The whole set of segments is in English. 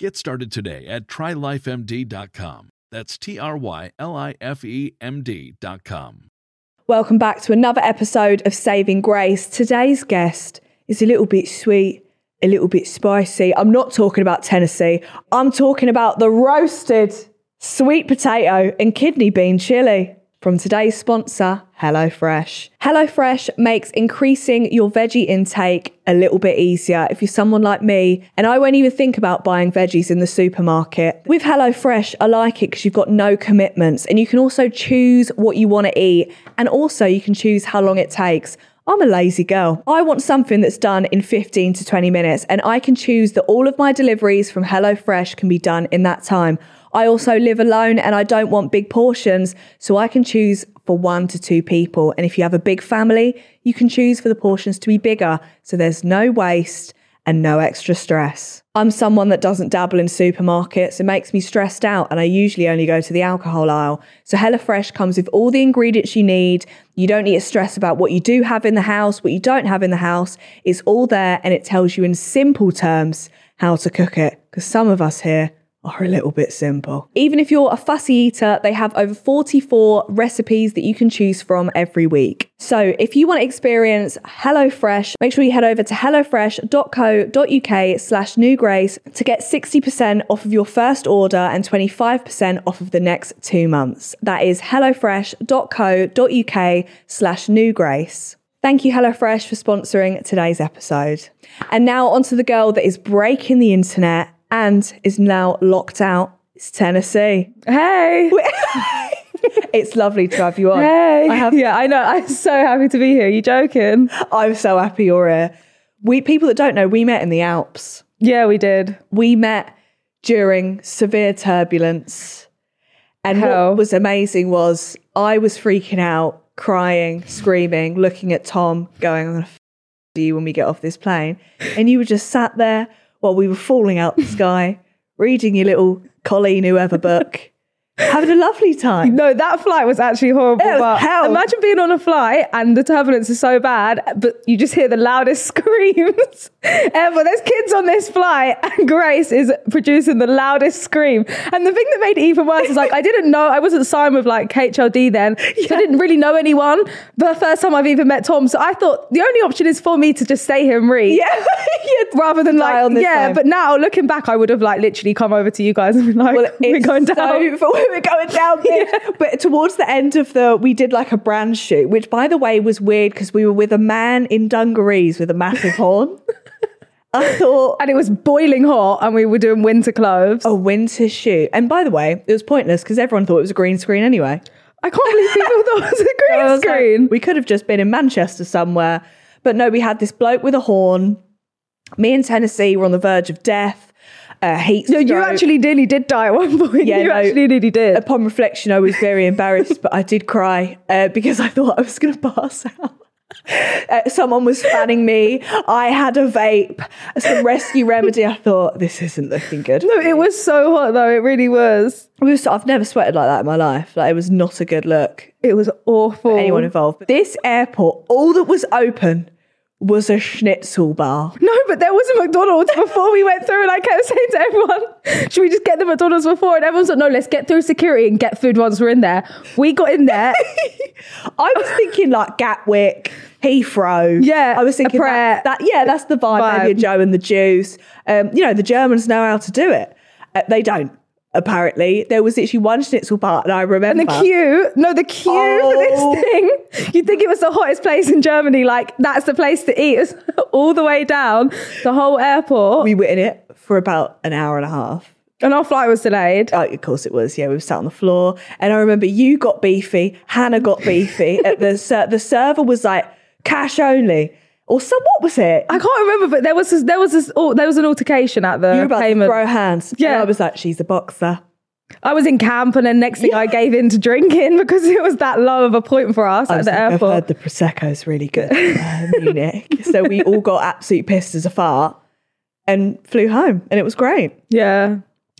Get started today at trylifemd.com. That's T R Y L I F E M D.com. Welcome back to another episode of Saving Grace. Today's guest is a little bit sweet, a little bit spicy. I'm not talking about Tennessee, I'm talking about the roasted sweet potato and kidney bean chili from today's sponsor, HelloFresh. HelloFresh makes increasing your veggie intake a little bit easier if you're someone like me and I won't even think about buying veggies in the supermarket. With HelloFresh, I like it because you've got no commitments and you can also choose what you want to eat and also you can choose how long it takes. I'm a lazy girl. I want something that's done in 15 to 20 minutes and I can choose that all of my deliveries from HelloFresh can be done in that time. I also live alone and I don't want big portions, so I can choose for one to two people. And if you have a big family, you can choose for the portions to be bigger, so there's no waste and no extra stress. I'm someone that doesn't dabble in supermarkets. It makes me stressed out, and I usually only go to the alcohol aisle. So, HelloFresh comes with all the ingredients you need. You don't need to stress about what you do have in the house, what you don't have in the house. It's all there, and it tells you in simple terms how to cook it. Because some of us here, are a little bit simple. Even if you're a fussy eater, they have over 44 recipes that you can choose from every week. So if you want to experience HelloFresh, make sure you head over to hellofresh.co.uk slash newgrace to get 60% off of your first order and 25% off of the next two months. That is hellofresh.co.uk slash newgrace. Thank you, HelloFresh, for sponsoring today's episode. And now onto the girl that is breaking the internet and is now locked out. It's Tennessee. Hey. It's lovely to have you on. Hey. I have, yeah, I know. I'm so happy to be here. You joking? I'm so happy you're here. We people that don't know, we met in the Alps. Yeah, we did. We met during severe turbulence. And Hell. what was amazing was I was freaking out, crying, screaming, looking at Tom, going, I'm gonna f- you when we get off this plane. And you were just sat there while we were falling out the sky, reading your little Colleen whoever book, having a lovely time. No, that flight was actually horrible. It was but hell. Imagine being on a flight and the turbulence is so bad, but you just hear the loudest screams ever. There's kids on this flight, and Grace is producing the loudest scream. And the thing that made it even worse is like I didn't know I wasn't signed with like HLD then, so I didn't really know anyone. The first time I've even met Tom, so I thought the only option is for me to just stay here and read. Yeah. Yeah. Rather than Die like, on this yeah, time. but now looking back, I would have like literally come over to you guys and been like, Well, we're it's going so- down. we're going down there. But towards the end of the, we did like a brand shoot, which by the way was weird because we were with a man in dungarees with a massive horn. I thought and it was boiling hot and we were doing winter clothes. a winter shoot, and by the way, it was pointless because everyone thought it was a green screen anyway. I can't believe people thought it was a green I was like, screen. we could have just been in Manchester somewhere, but no, we had this bloke with a horn. Me and Tennessee were on the verge of death. Uh, heat. no, you stroke. actually nearly did die at one point. Yeah, you no. actually nearly did. upon reflection, I was very embarrassed, but I did cry uh, because I thought I was going to pass out. Uh, someone was fanning me. I had a vape, some rescue remedy. I thought this isn't looking good. no, it was so hot though. It really was. We were, so- I've never sweated like that in my life. Like it was not a good look. It was awful. Anyone involved? But this airport, all that was open was a schnitzel bar. No, but there was a McDonald's before we went through, and I kept saying to everyone, "Should we just get the McDonald's before?" And everyone's like, "No, let's get through security and get food once we're in there." We got in there. I was thinking like Gatwick, Heathrow. Yeah, I was thinking a that, Pret. that- Yeah, that's the vibe. Maybe a Vibe. Joe and the Jews. Um, you know, the Germans know how to do it. Uh, they don't. Apparently, there was actually one schnitzel bar, and I remember. And the queue, no, the queue Oh. for this thing. You'd think it was the hottest place in Germany. Like that's the place to eat. It's all the way down the whole airport, We were in it for about an hour and a half. and our flight was delayed. Oh, of course it was. Yeah, we were sat on the floor, and I remember you got beefy, Hannah got beefy. at the ser- the server was like cash only, or so what was it? I can't remember, but there was this, there was this, oh, there was an altercation at the you were about payment. to throw hands. Yeah. and I was like, she's a boxer. I was in camp, and then next thing I gave in to drinking because it was that low of a point for us I at was the like, I've heard airport. the prosecco is really good in uh, Munich. So we all got absolute pissed as a fart and flew home, and it was great. yeah.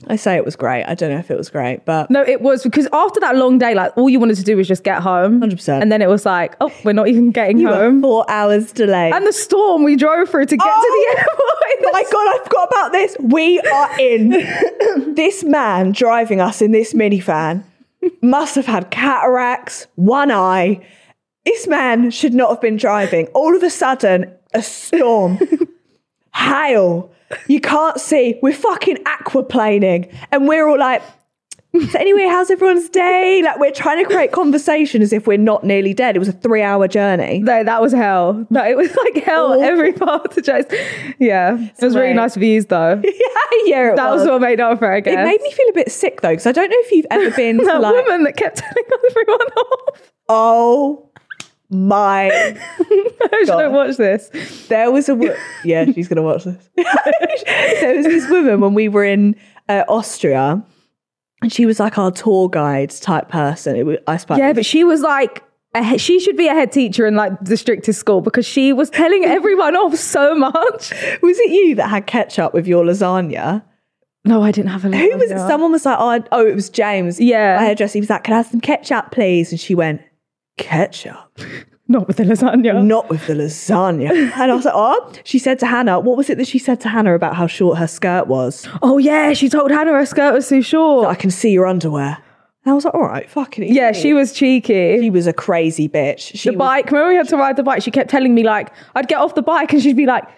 I say it was great. I don't know if it was great, but No, it was because after that long day, like all you wanted to do was just get home. 100%. And then it was like, oh, we're not even getting you were home. four hours delayed. And the storm we drove through to get Oh! to the airport. in the My God, I forgot about this. We are in. this man driving us in this minivan must have had cataracts, one eye. This man should not have been driving. All of a sudden, a storm, hail. You can't see. We're fucking aquaplaning. And we're all like, so anyway, how's everyone's day? Like we're trying to create conversation as if we're not nearly dead. It was a three-hour journey. No, that was hell. No, it was like hell Awful. every part of the chase. Yeah. It was really Right. nice views though. yeah, yeah, it That was was what made up for it, I guess. It made me feel a bit sick though, because I don't know if you've ever been to that like, woman that kept telling everyone off. oh my, I hope she God. don't watch this. there was a, wo- yeah, she's going to watch this. there was this woman when we were in uh, Austria and she was like our tour guide type person. It was, I suppose. Yeah, but she was like a he- she should be a head teacher in like the strictest school because she was telling everyone off so much. Was it you that had ketchup with your lasagna? No, I didn't have a lasagna. Who was it? Someone was like, oh, I- oh, it was James. Yeah. My hairdresser. He was like, can I have some ketchup, please? And she went, ketchup? Not with the lasagna. Not with the lasagna. And I was like, oh. She said to Hannah, what was it that she said to Hannah about how short her skirt was? Oh yeah, she told Hannah her skirt was too short. I can see your underwear. And I was like, all right, fucking easy." yeah, she was cheeky. She was a crazy bitch. She the bike. Remember we had to ride the bike. She kept telling me like I'd get off the bike and she'd be like,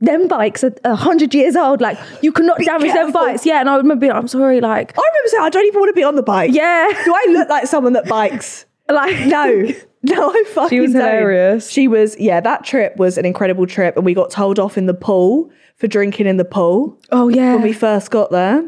"Them bikes are a hundred years old. Like you cannot damage careful." them bikes." Yeah, and I would remember being, like, "I'm sorry." Like, I remember saying, I don't even want to be on the bike. yeah, Do I look like someone that bikes? like No. No, I fucking was don't. hilarious. She was, yeah, that trip was an incredible trip. And we got told off in the pool for drinking in the pool Oh yeah, when we first got there.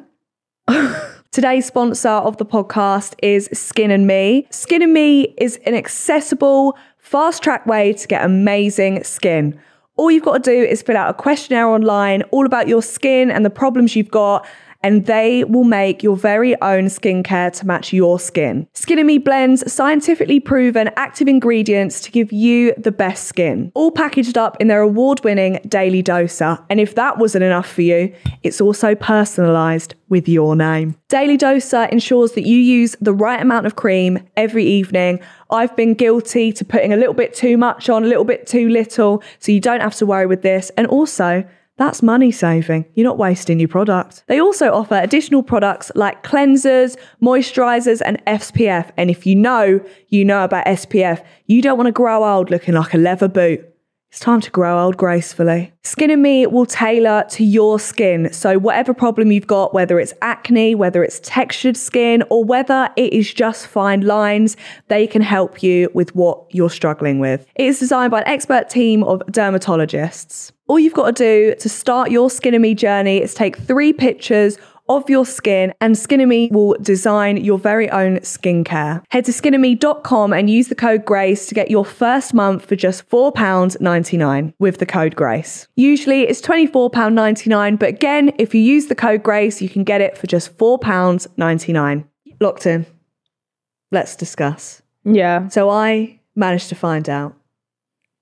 Today's sponsor of the podcast is Skin and Me. Skin and Me is an accessible, fast track way to get amazing skin. All you've got to do is fill out a questionnaire online all about your skin and the problems you've got. And they will make your very own skincare to match your skin. Skin and Me blends scientifically proven active ingredients to give you the best skin, all packaged up in their award winning daily doser. And if that wasn't enough for you, it's also personalized with your name. Daily Doser ensures that you use the right amount of cream every evening. I've been guilty to putting a little bit too much on, a little bit too little, so you don't have to worry with this. And also, that's money saving. You're not wasting your product. They also offer additional products like cleansers, moisturizers, and SPF. And if you know, you know about SPF. You don't want to grow old looking like a leather boot. It's time to grow old gracefully. Skin and Me will tailor to your skin. So, whatever problem you've got, whether it's acne, whether it's textured skin, or whether it is just fine lines, they can help you with what you're struggling with. It is designed by an expert team of dermatologists. All you've got to do to start your Skin and Me journey is take three pictures of your skin and Skinemy will design your very own skincare. Head to skinemy.com and use the code GRACE to get your first month for just £4.99 with the code GRACE. Usually it's £24.99, but again, if you use the code GRACE, you can get it for just £4.99. Locked in. Let's discuss. yeah. So I managed to find out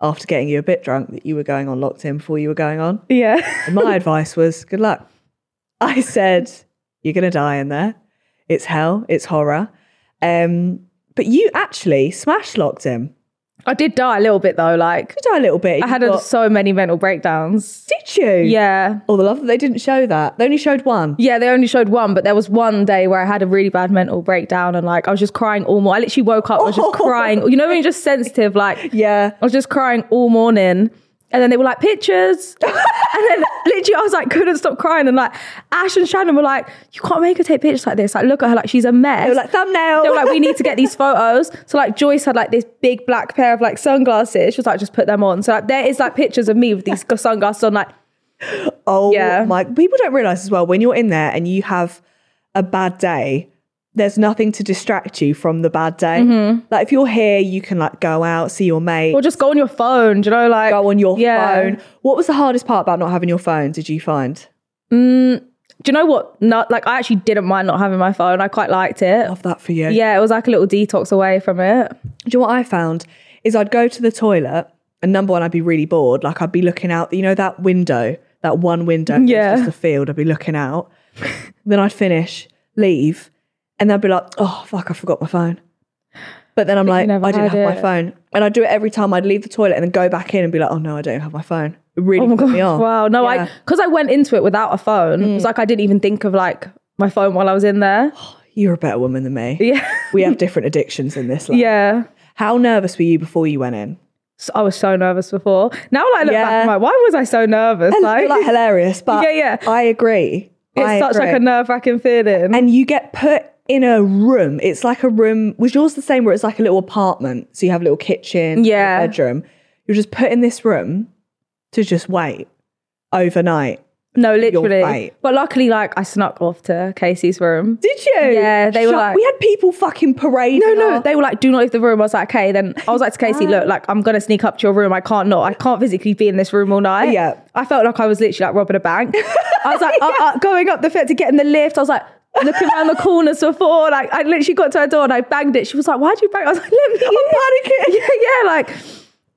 after getting you a bit drunk that you were going on locked in before you were going on. Yeah. And my advice was, good luck. I said, you're going to die in there. It's hell. It's horror. Um, but you actually smash locked him. I did die a little bit though. Like Did I a little bit? I had You a, got- so many mental breakdowns. Did you? Yeah. Oh, the love that they didn't show that. They only showed one. Yeah, they only showed one, but there was one day where I had a really bad mental breakdown and like I was just crying all morning. I literally woke up, I was just crying. You know when you're just sensitive, like Yeah. I was just crying all morning. And then they were like, pictures. and then literally I was like, couldn't stop crying. And like Ash and Shannon were like, you can't make her take pictures like this. Like, look at her, like she's a mess. They were like, thumbnail. They were like, we need to get these photos. So like Joyce had like this big black pair of like sunglasses. She was like, just put them on. So like there is like pictures of me with these sunglasses on, like oh, Yeah. my. People don't realize as well when you're in there and you have a bad day, there's nothing to distract you from the bad day. Like if you're here, you can like go out, see your mate, Mm-hmm. or just go on your phone, do you know, like go on your yeah. phone. What was the hardest part about not having your phone? Did you find? do you know what? Not like I actually didn't mind not having my phone. I quite liked it. Love that for you. Yeah, it was like a little detox away from it. Do you know what I found is I'd go to the toilet and number one, I'd be really bored. Like I'd be looking out, you know, that window, that one window, that's Yeah. just a field. I'd be looking out. then I'd finish, leave, and I'd be like, oh fuck, I forgot my phone. But then I'm like, never I didn't had have my it. phone, and I'd do it every time. I'd leave the toilet and then go back in and be like, oh no, I don't have my phone. It really Oh my put god! me off. Wow. No, Yeah. Mm. I because I went into it without a phone. It was like I didn't even think of like my phone while I was in there. You're a better woman than me. Yeah. We have different addictions in this. Life. Yeah. How nervous were you before you went in? So I was so nervous before. Now I look Yeah. back, I'm like, why was I so nervous? And Like, you're like hilarious, but Yeah, yeah. I agree. it's I such like agree. a nerve wracking feeling. and you get put in a room. It's like a room. Was yours the same where it's like a little apartment? So you have a little kitchen, Yeah. a bedroom. You're just put in this room to just wait overnight. no, fight. literally. But luckily, like I snuck off to Casey's room. Did you? Yeah, they were like- we had people fucking parading. No, no, us. they were like, do not leave the room. I was like, okay. Then I was like to Casey, look, like I'm gonna sneak up to your room. I can't not. I can't physically be in this room all night. Yeah. I felt like I was literally like robbing a bank. I was like uh, uh, going up the fence to get in the lift. I was like, looking around the corners before. Like I literally got to her door and I banged it. She was like, "Why'd you bang?" it?" I was like, "Let me." I'm panicking. Yeah, yeah, like.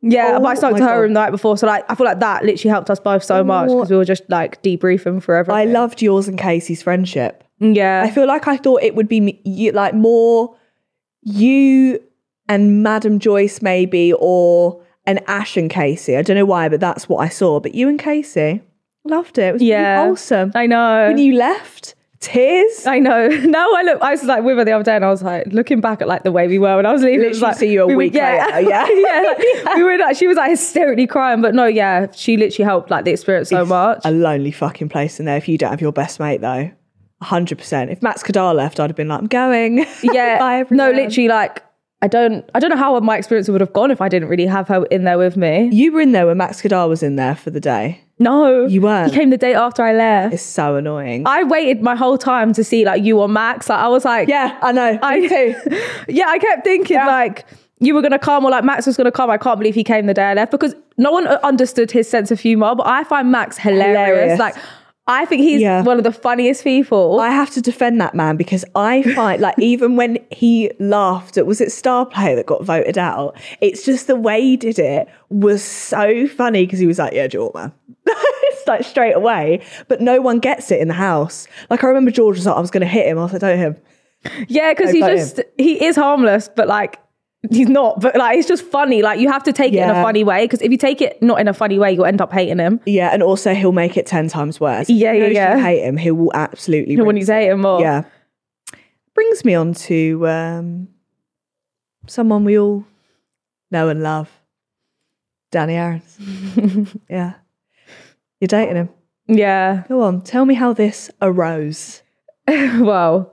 Yeah, Oh but I spoke my to her God. Oh. room the night before, so like I feel like that literally helped us both so much because we were just like debriefing forever. I loved yours and Casey's friendship. Yeah, I feel like I thought it would be me- you, like more you and Madam Joyce maybe, or an Ash and Casey. I don't know why, but that's what I saw. But you and Casey loved it. It was Yeah. really wholesome. I know. when you left, tears. I know. Now I look. I was like with her the other day, and I was like looking back at like the way we were when I was leaving. it was Literally like see you a we were- week later, yeah. yeah. like, We were. Like, she was like hysterically crying, but no, yeah, she literally helped like the experience so It's much. A lonely fucking place in there if you don't have your best mate though. 100%. If Matt's Kadar left, I'd have been like, I'm going. Bye, yeah, no, everyone. literally, like I don't, I don't know how my experience would have gone if I didn't really have her in there with me. You were in there when Max Kadar was in there for the day. No, You weren't. He came the day after I left. It's so annoying. I waited my whole time to see like you or Max. Like I was like, yeah, I know. I yeah, I kept thinking like you were gonna come or like Max was gonna come. I can't believe he came the day I left because no one uh, understood his sense of humor. But I find Max hilarious. Hilarious. Like I think he's Yeah. one of the funniest people. I have to defend that man because I find like even when he laughed at was it Star Player that got voted out, it's just the way he did it was so funny because he was like, Yeah, George man. it's like straight away. But no one gets it in the house. Like I remember George was like, I was gonna hit him. I was like, Don't hit him. yeah, because I he vote him. just he is harmless, but like he's not. But like it's just funny. Like you have to take it in a Yeah. funny way because if you take it not in a funny way, you'll end up hating him. Yeah, and also he'll make it ten times worse. If Yeah, he yeah, knows yeah. You hate him. He will absolutely. You when you rinse hate him more. Yeah. Brings me on to um, someone we all know and love, Danny Aarons. yeah, you're dating him. yeah. Go on, tell me how this arose. Wow.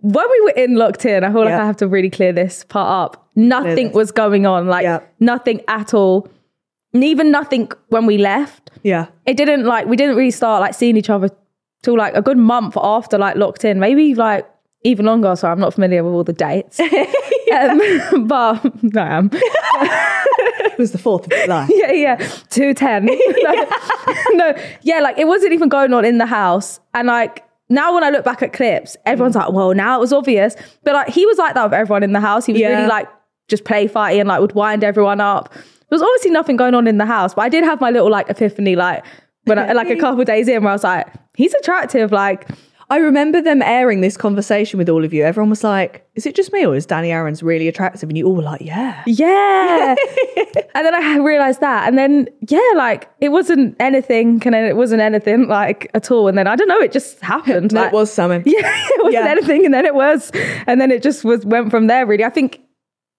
When we were in locked in, I feel like Yeah. I have to really clear this part up. Nothing this. was going on, like Yeah. nothing at all. And Even nothing when we left. Yeah, It didn't like we didn't really start like seeing each other till like a good month after like locked in, maybe like even longer. So I'm not familiar with all the dates, um, but I am. it was the fourth of July. Yeah, yeah, two ten. no, no, yeah, like it wasn't even going on in the house, and like now when I look back at clips, everyone's Mm. like, "Well, now it was obvious," but like he was like that with everyone in the house. He was Yeah. really like just play fighty and like would wind everyone up. There was obviously nothing going on in the house, but I did have my little like epiphany, like when I, like a couple days in, where I was like, "He's attractive," like. I remember them airing this conversation with all of you. Everyone was like, "Is it just me, or is Danny Aarons really attractive?" And you all were like, "Yeah." Yeah. and then I realized that. And then, yeah, like it wasn't anything. And then it wasn't anything like at all. And then I don't know, it just happened. No, like, it was something. Yeah, it wasn't Yeah. anything. And then it was. And then it just was went from there, really. I think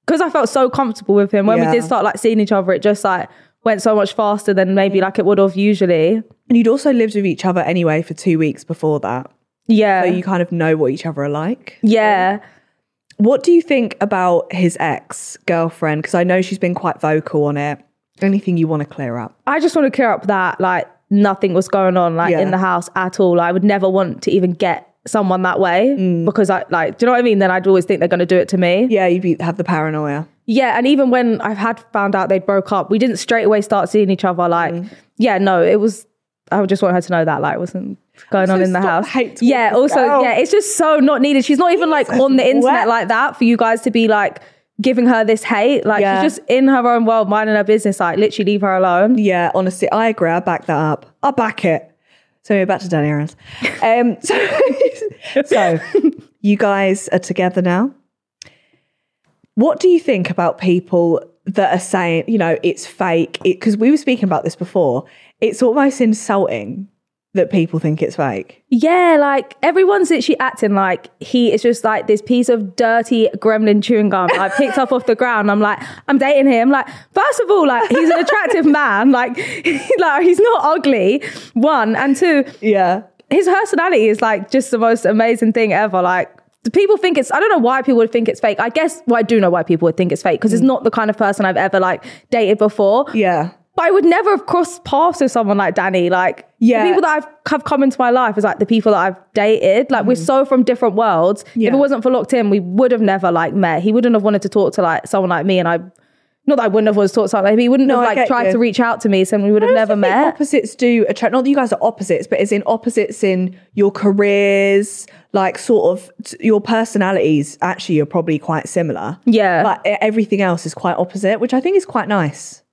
because I felt so comfortable with him when Yeah. we did start like seeing each other, it just like went so much faster than maybe like it would have usually. And you'd also lived with each other anyway for two weeks before that, Yeah. so you kind of know what each other are like. yeah. What do you think about his ex girlfriend? Because I know she's been quite vocal on it. Anything you want to clear up? I just want to clear up that like nothing was going on like Yeah. in the house at all. I would never want to even get someone that way Mm. because I like, do you know what I mean? Then I'd always think they're going to do it to me. Yeah, you'd be, have the paranoia. Yeah, and even when I've had found out they broke up, we didn't straight away start seeing each other. Like, Mm. yeah, no, it was. I would just want her to know that like it wasn't going on Also, in the stop house. hate towards yeah, this also, girl. yeah, it's just so not needed. She's not even like on the internet What? like that for you guys to be like giving her this hate. Like Yeah. she's just in her own world, minding her business. Like literally, leave her alone. Yeah, honestly, I agree. I back that up. I back it. So anyway, back to Danny Aarons. Um, so, so you guys are together now. What do you think about people that are saying, you know, it's fake? Because we were speaking about this before. It's almost insulting that people think it's fake. Yeah, like everyone's literally acting like he is just like this piece of dirty gremlin chewing gum I picked up off the ground. I'm like, I'm dating him. Like, first of all, like he's an attractive man. Like, like he's not ugly. One and two, Yeah. his personality is like just the most amazing thing ever. Like the people think it's I don't know why people would think it's fake. I guess well, I do know why people would think it's fake because it's not the kind of person I've ever like dated before. Yeah. But I would never have crossed paths with someone like Danny. Like Yeah. the people that I've have come into my life is like the people that I've dated. Like we're so from different worlds. Mm. Yeah. If it wasn't for locked in, we would have never like met. He wouldn't have wanted to talk to like someone like me, and I Not that I wouldn't have always thought something like he wouldn't No, I have like get tried you. to reach out to me, so we would have I don't never think that met. Opposites do attract. Not that you guys are opposites, but it's in opposites in your careers, like sort of t- your personalities. Actually, you're probably quite similar. Yeah. but e- everything else is quite opposite, which I think is quite nice,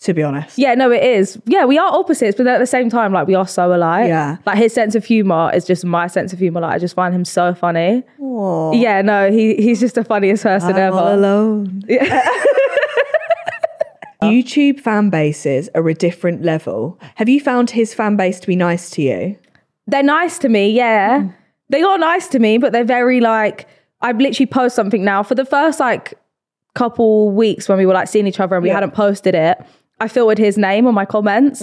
to be honest. Yeah, no, it is. Yeah, we are opposites, but at the same time, like we are so alike. Yeah. Like his sense of humor is just my sense of humor. Like I just find him so funny. Aw, Yeah, no, he he's just the funniest person Oh. I'm ever. all alone. YouTube fan bases are a different level. Have you found his fan base to be nice to you? They're nice to me, yeah. Mm. They are nice to me, but they're very like I've literally post something now for the first like couple weeks when we were like seeing each other and we Yeah. hadn't posted it. I filtered his name on my comments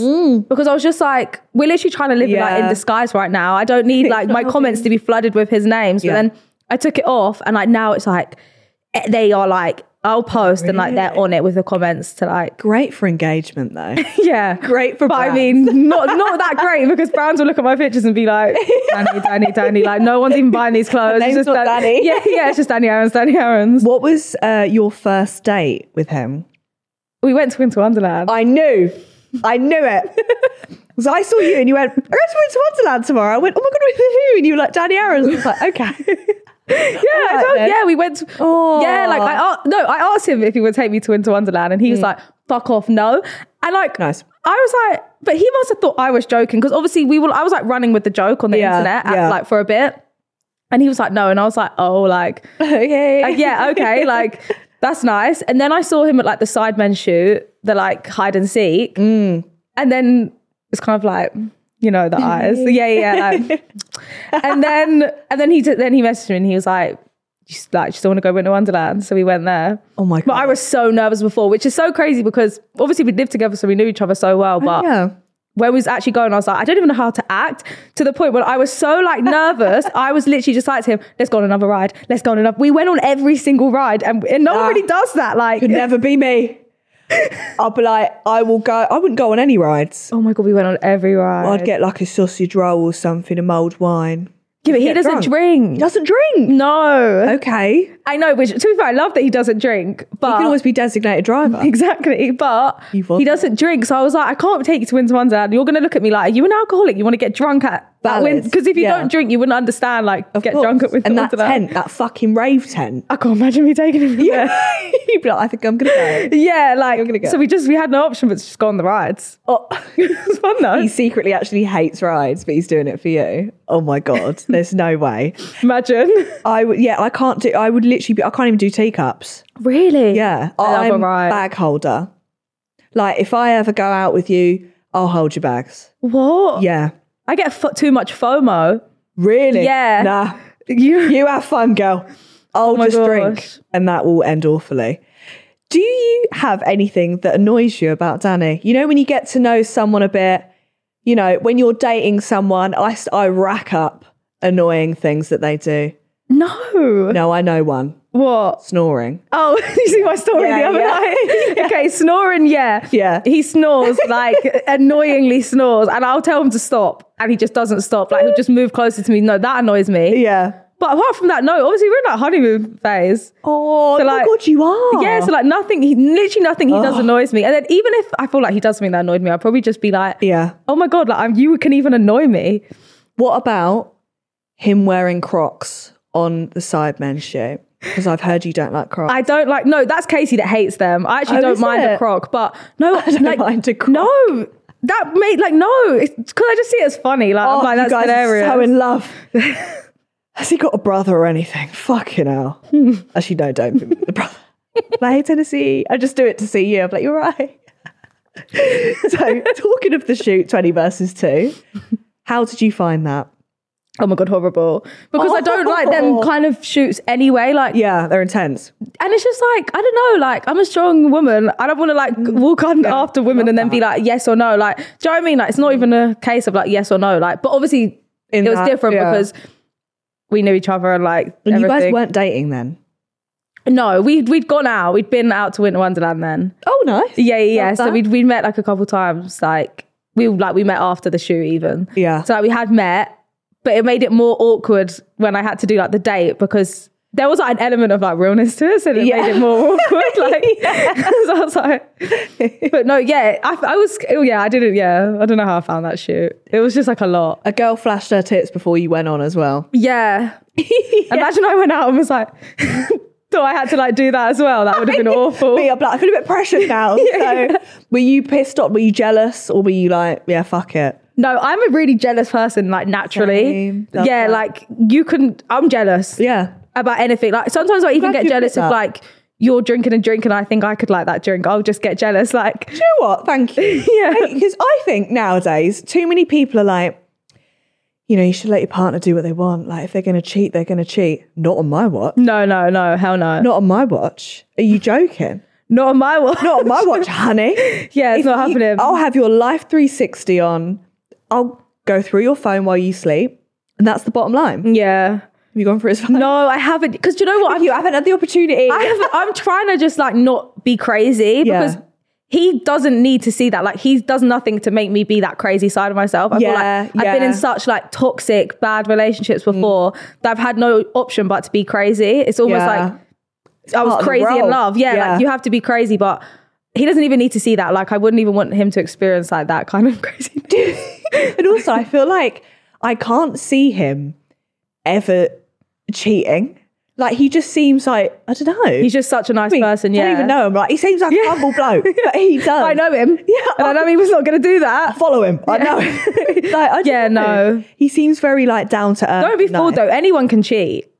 because I was just like, we're literally trying to live like in Mm. Yeah. disguise right now. I don't need like my comments to be flooded with his names. But Yeah. then I took it off and like now it's like eh, they are like I'll post and like they're on it with the comments to like Great for engagement, though. yeah Great for but I brands. mean, not not that great because brands will look at my pictures and be like, Danny, Danny, Danny. Like, no one's even buying these clothes. name's not Dan- Danny. Yeah, yeah, it's just Danny Aaron's, Danny Aaron's. what was uh, your first date with him? We went to Winter Wonderland. I knew. I knew it. Because I saw you and you went, I'm going to Winter Wonderland tomorrow. I went, oh my God, with who? And you were like, Danny Aaron. I was like, okay. yeah, I Alright told- then. yeah, we went. To, Aw. Yeah, like I a- no, I asked him if he would take me to Winter Wonderland, and he was like, "Fuck off, no." And like, Hmm. Nice. I was like, but he must have thought I was joking because obviously we were. I was like running with the joke on the Yeah, internet, at- yeah. like for a bit, and he was like, "No," and I was like, "Oh, like." okay. like, yeah, okay, like that's nice. And then I saw him at like the Sidemen shoot, the like hide and seek, Mm. and then it's kind of like you know the eyes, yeah, yeah. yeah, like- and then and then he did, then he messaged me and he was like. You, s- like, you still want to go Winter Wonderland? So we went there. Oh my But I God. was so nervous before, which is so crazy because obviously we lived together, so we knew each other so well. But yeah. when we was actually going, I was like, I don't even know how to act to the point where I was so like nervous. I was literally just like to him, let's go on another ride. Let's go on another. We went on every single ride and, and no one Nah. really does that. Like, Could never be me. I'll be like, I will go. I wouldn't go on any rides. oh my God, we went on every ride. I'd get like a sausage roll or something, a mulled wine. yeah, but he get doesn't drunk. He drink. doesn't drink. No. Okay. You I know, which to be fair, I love that he doesn't drink, but can always be designated driver. exactly. But He he, wasn't. doesn't drink. So I was like, I can't take you to Winter Wonderland. You're going to look at me like, are you an alcoholic? You want to get drunk at that Valid. Because if you Yeah. don't drink, you wouldn't understand, like, Of get course. drunk at Winter And that Wonderland. tent, that fucking rave tent. I can't imagine me taking him. Yeah. You'd be like, I think I'm going to Yeah, like gonna go. so we just we had no option but to just go on the rides. go. Oh. It's fun though. He secretly actually hates rides, but he's doing it for you. Oh my god, there's no way. Imagine. I would, yeah, I can't do. I would literally be. I can't even do teacups. Really? Yeah, I love a I'm ride. bag holder. Like if I ever go out with you, I'll hold your bags. What? Yeah, I get fo- too much FOMO. really. Yeah. nah. You You have fun, girl. I'll Oh my just drink, gosh. and that will end awfully. Do you have anything that annoys you about Danny? You know, when you get to know someone a bit, you know, when you're dating someone, I, s- I rack up annoying things that they do. no. No, I know one What? snoring. Oh, you see my story the Yeah, other yeah. night. okay, snoring. Yeah. Yeah. He snores like annoyingly snores, and I'll tell him to stop, and he just doesn't stop. Like he'll just move closer to me. No, that annoys me. Yeah. But apart from that, no. Obviously, we're in that honeymoon phase. Oh, So, my like- God, you are. Yeah, so like nothing, he literally nothing he Oh. does annoys me. And then even if I feel like he does something that annoyed me, I'd probably just be like, yeah. oh my God, like I'm, you can even annoy me. What about him wearing Crocs on the Sidemen shoot? Because I've heard you don't like Crocs. I don't like, no, that's Casey that hates them. I actually Oh, don't is mind a it? croc, but no, I don't like, mind a Croc. No, that made like, no, it's because I just see it as funny. Like, Oh, I'm like, you that's guys hilarious. are so in love. Has he got a brother or anything? Fucking hell. Hmm. Actually, no, don't. think the brother. Like, hey, Tennessee, I just do it to see you. I'm like, you're right. so, talking of the shoot, 20 versus 2, how did you find that? oh my God, horrible. Because I don't like them Oh. kind of shoots anyway. Like, Yeah, they're intense. and it's just like I don't know. Like I'm a strong woman. I don't want to like Mm. walk on after women and then be like yes or no. Like do you know what I mean? Like it's not even a case of like yes or no. Like but obviously In it was that- different yeah. because we knew each other and like And you guys everything. weren't dating then? no, we we'd gone out. We'd been out to Winter Wonderland then. Oh, nice. Yeah, yeah. yeah. Love So that. we'd we'd met like a couple times. Like we like we met after the shoot even. Yeah. So like, we had met, but it made it more awkward when I had to do like the date because there was like an element of like realness to it, so it Yeah. made it more awkward. Like, so I was like, but no, yeah, I, I was, oh yeah, I didn't, yeah, I don't know how I found that shoot. It was just like a lot. A girl flashed her tits before you went on as well. Yeah. Imagine I went out and was like, so I had to like do that as well. That would have been awful. Me, I'm like, I feel a bit pressured now. So, were you pissed off? Were you jealous, or were you like, yeah, fuck it? No, I'm a really jealous person, like naturally. Same. Love yeah, that. like you can, I'm jealous. Yeah, about anything. Like sometimes I Glad even get you jealous picked of up. like you're drinking a drink and I think I could like that drink. I'll just get jealous. Like Do you know what? Thank you. Yeah. Because I think nowadays, too many people are like, you know, you should let your partner do what they want. Like, if they're going to cheat, they're going to cheat. Not on my watch. no, no, no, hell no, Not on my watch. Are you joking? not on my watch. Not on my watch, honey. Yeah, it's If not you- happening. I'll have your Life 360 on. I'll go through your phone while you sleep. And that's the bottom line. Have yeah, you gone through his phone? Mm. no, I haven't. Because you know what? I'm, You haven't had the opportunity. I haven't, I'm trying to just like not be crazy Yeah. because. He doesn't need to see that. Like he does nothing to make me be that crazy side of myself. I Yeah, feel like I've been yeah. Mm. in such like toxic, bad relationships before that I've had no option but to be crazy. It's almost Yeah. like I part was of the crazy role. in love. Yeah, Yeah. like you have to be crazy, but he doesn't even need to see that. Like I wouldn't even want him to experience like that kind of crazy. and also, I feel like I can't see him ever cheating. Like he just seems like I don't know. He's just such a nice I mean, person. Yeah, I don't even know him. Like he seems like a humble bloke, but he does. I know him. Yeah. and I know he was not going to do that. Follow him. I know. like, I don't Yeah, know. no. He seems very like down to earth. Don't be fooled nice. though. Anyone can cheat.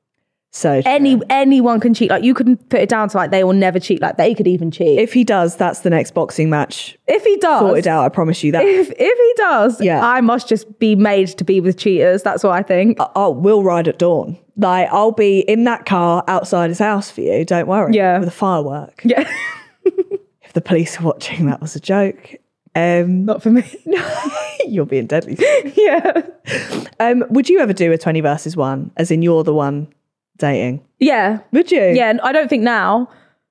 So true. Any anyone can cheat. Like you couldn't put it down to like they will never cheat. Like they could even cheat. If, if he does, that's the next boxing match he does, sorted out. I promise you that. if if he does, Yeah. I must just be made to be with cheaters. That's what I think. I- I will ride at dawn. Like I'll be in that car outside his house for you. Don't worry. Yeah. With a firework. yeah, If the police are watching, that was a joke. Um, not for me. You're being deadly. yeah. Um, would you ever do a 20 versus 1, as in you're the one dating? Yeah. Would you? Yeah, and I don't think now.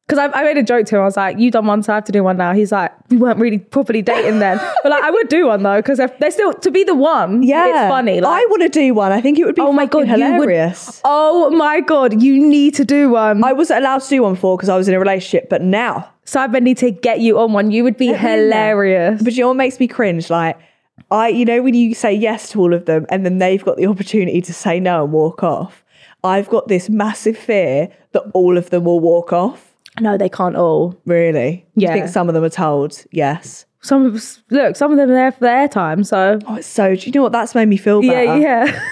Because I, I made a joke to him. I was like, you done one, so I have to do one now. He's like, we weren't really properly dating then. But like, I would do one though, because they're, they're still, to be the one, Yeah. it's funny. Like, I want to do one. I think it would be oh my fucking God, you hilarious. would. Oh my God, you need to do one. I wasn't allowed to do one before because I was in a relationship, but now. so I would need to get you on one. You would be hilarious. But you know what makes me cringe? Like, I, you know, when you say yes to all of them and then they've got the opportunity to say no and walk off, I've got this massive fear that all of them will walk off. No, they can't all. Really? Yeah. I think some of them are told yes. Some of us, look, some of them are there for their time. So Oh, it's so, do you know what? That's made me feel better. yeah, yeah.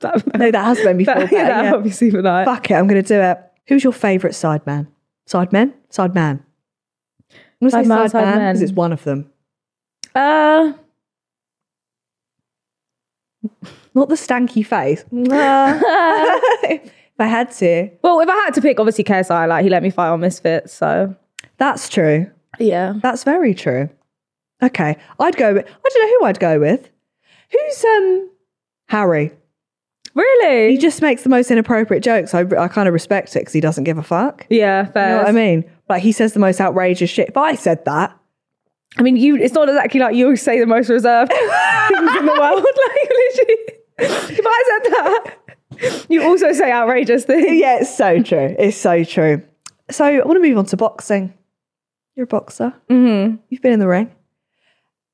that, No, that has made me feel that, better. yeah, that yeah. would be super nice. Fuck it, I'm going to do it. Who's your favourite side man? Side men? Side man? I'm going to Side say man, side side man man. because it's one of them. Uh, Not the stanky face. Uh. if I had to. Uh, well, if I had to pick, obviously KSI, like he let me fight on Misfits, so That's true. yeah. That's very true. Okay, I'd go with, I don't know who I'd go with. Who's um Harry? He Really? just makes the most inappropriate jokes. I, I kind of respect it because he doesn't give a fuck. yeah, You fair. know what I mean? Like he says the most outrageous shit. If I said that, I mean, you. It's not exactly like you say the most reserved things in the world. Like literally, if I said that, you also say outrageous things. yeah, it's so true. It's so true. So I want to move on to boxing. You're a boxer. Mm-hmm. You've been in the ring.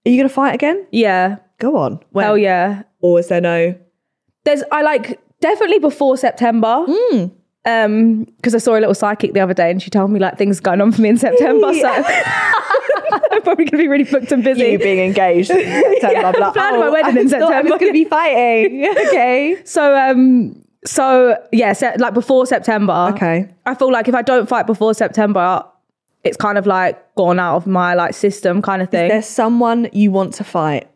Are you going to fight again? Yeah. Go on. When? Hell yeah. Or is there no? There's. I like definitely before September. Hmm. Um, because I saw a little psychic the other day, and she told me like things going on for me in September. So I'm probably gonna be really booked and busy. You being engaged in September. Yeah, I'm like, I'm planning my oh, wedding in I thought I was September. going to be fighting. okay. So um so yeah, se- like before September. Okay. I feel like if I don't fight before September, it's kind of like gone out of my like system kind of thing. There's someone you want to fight.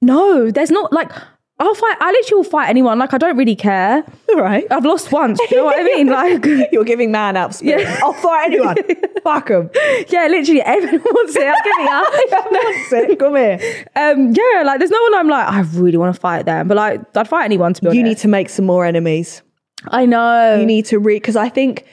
no, there's not like I'll fight I literally will fight anyone. Like I don't really care. All right. I've lost once, you know what I mean? Like You're giving man up. Spirit. Yeah. I'll fight anyone. Fuck them. yeah, literally everyone wants it. I'll give it up. Come here. Um yeah, like there's no one I'm like, I really want to fight them. But like I'd fight anyone to be honest. You need to make some more enemies. I know. You need to read because I think.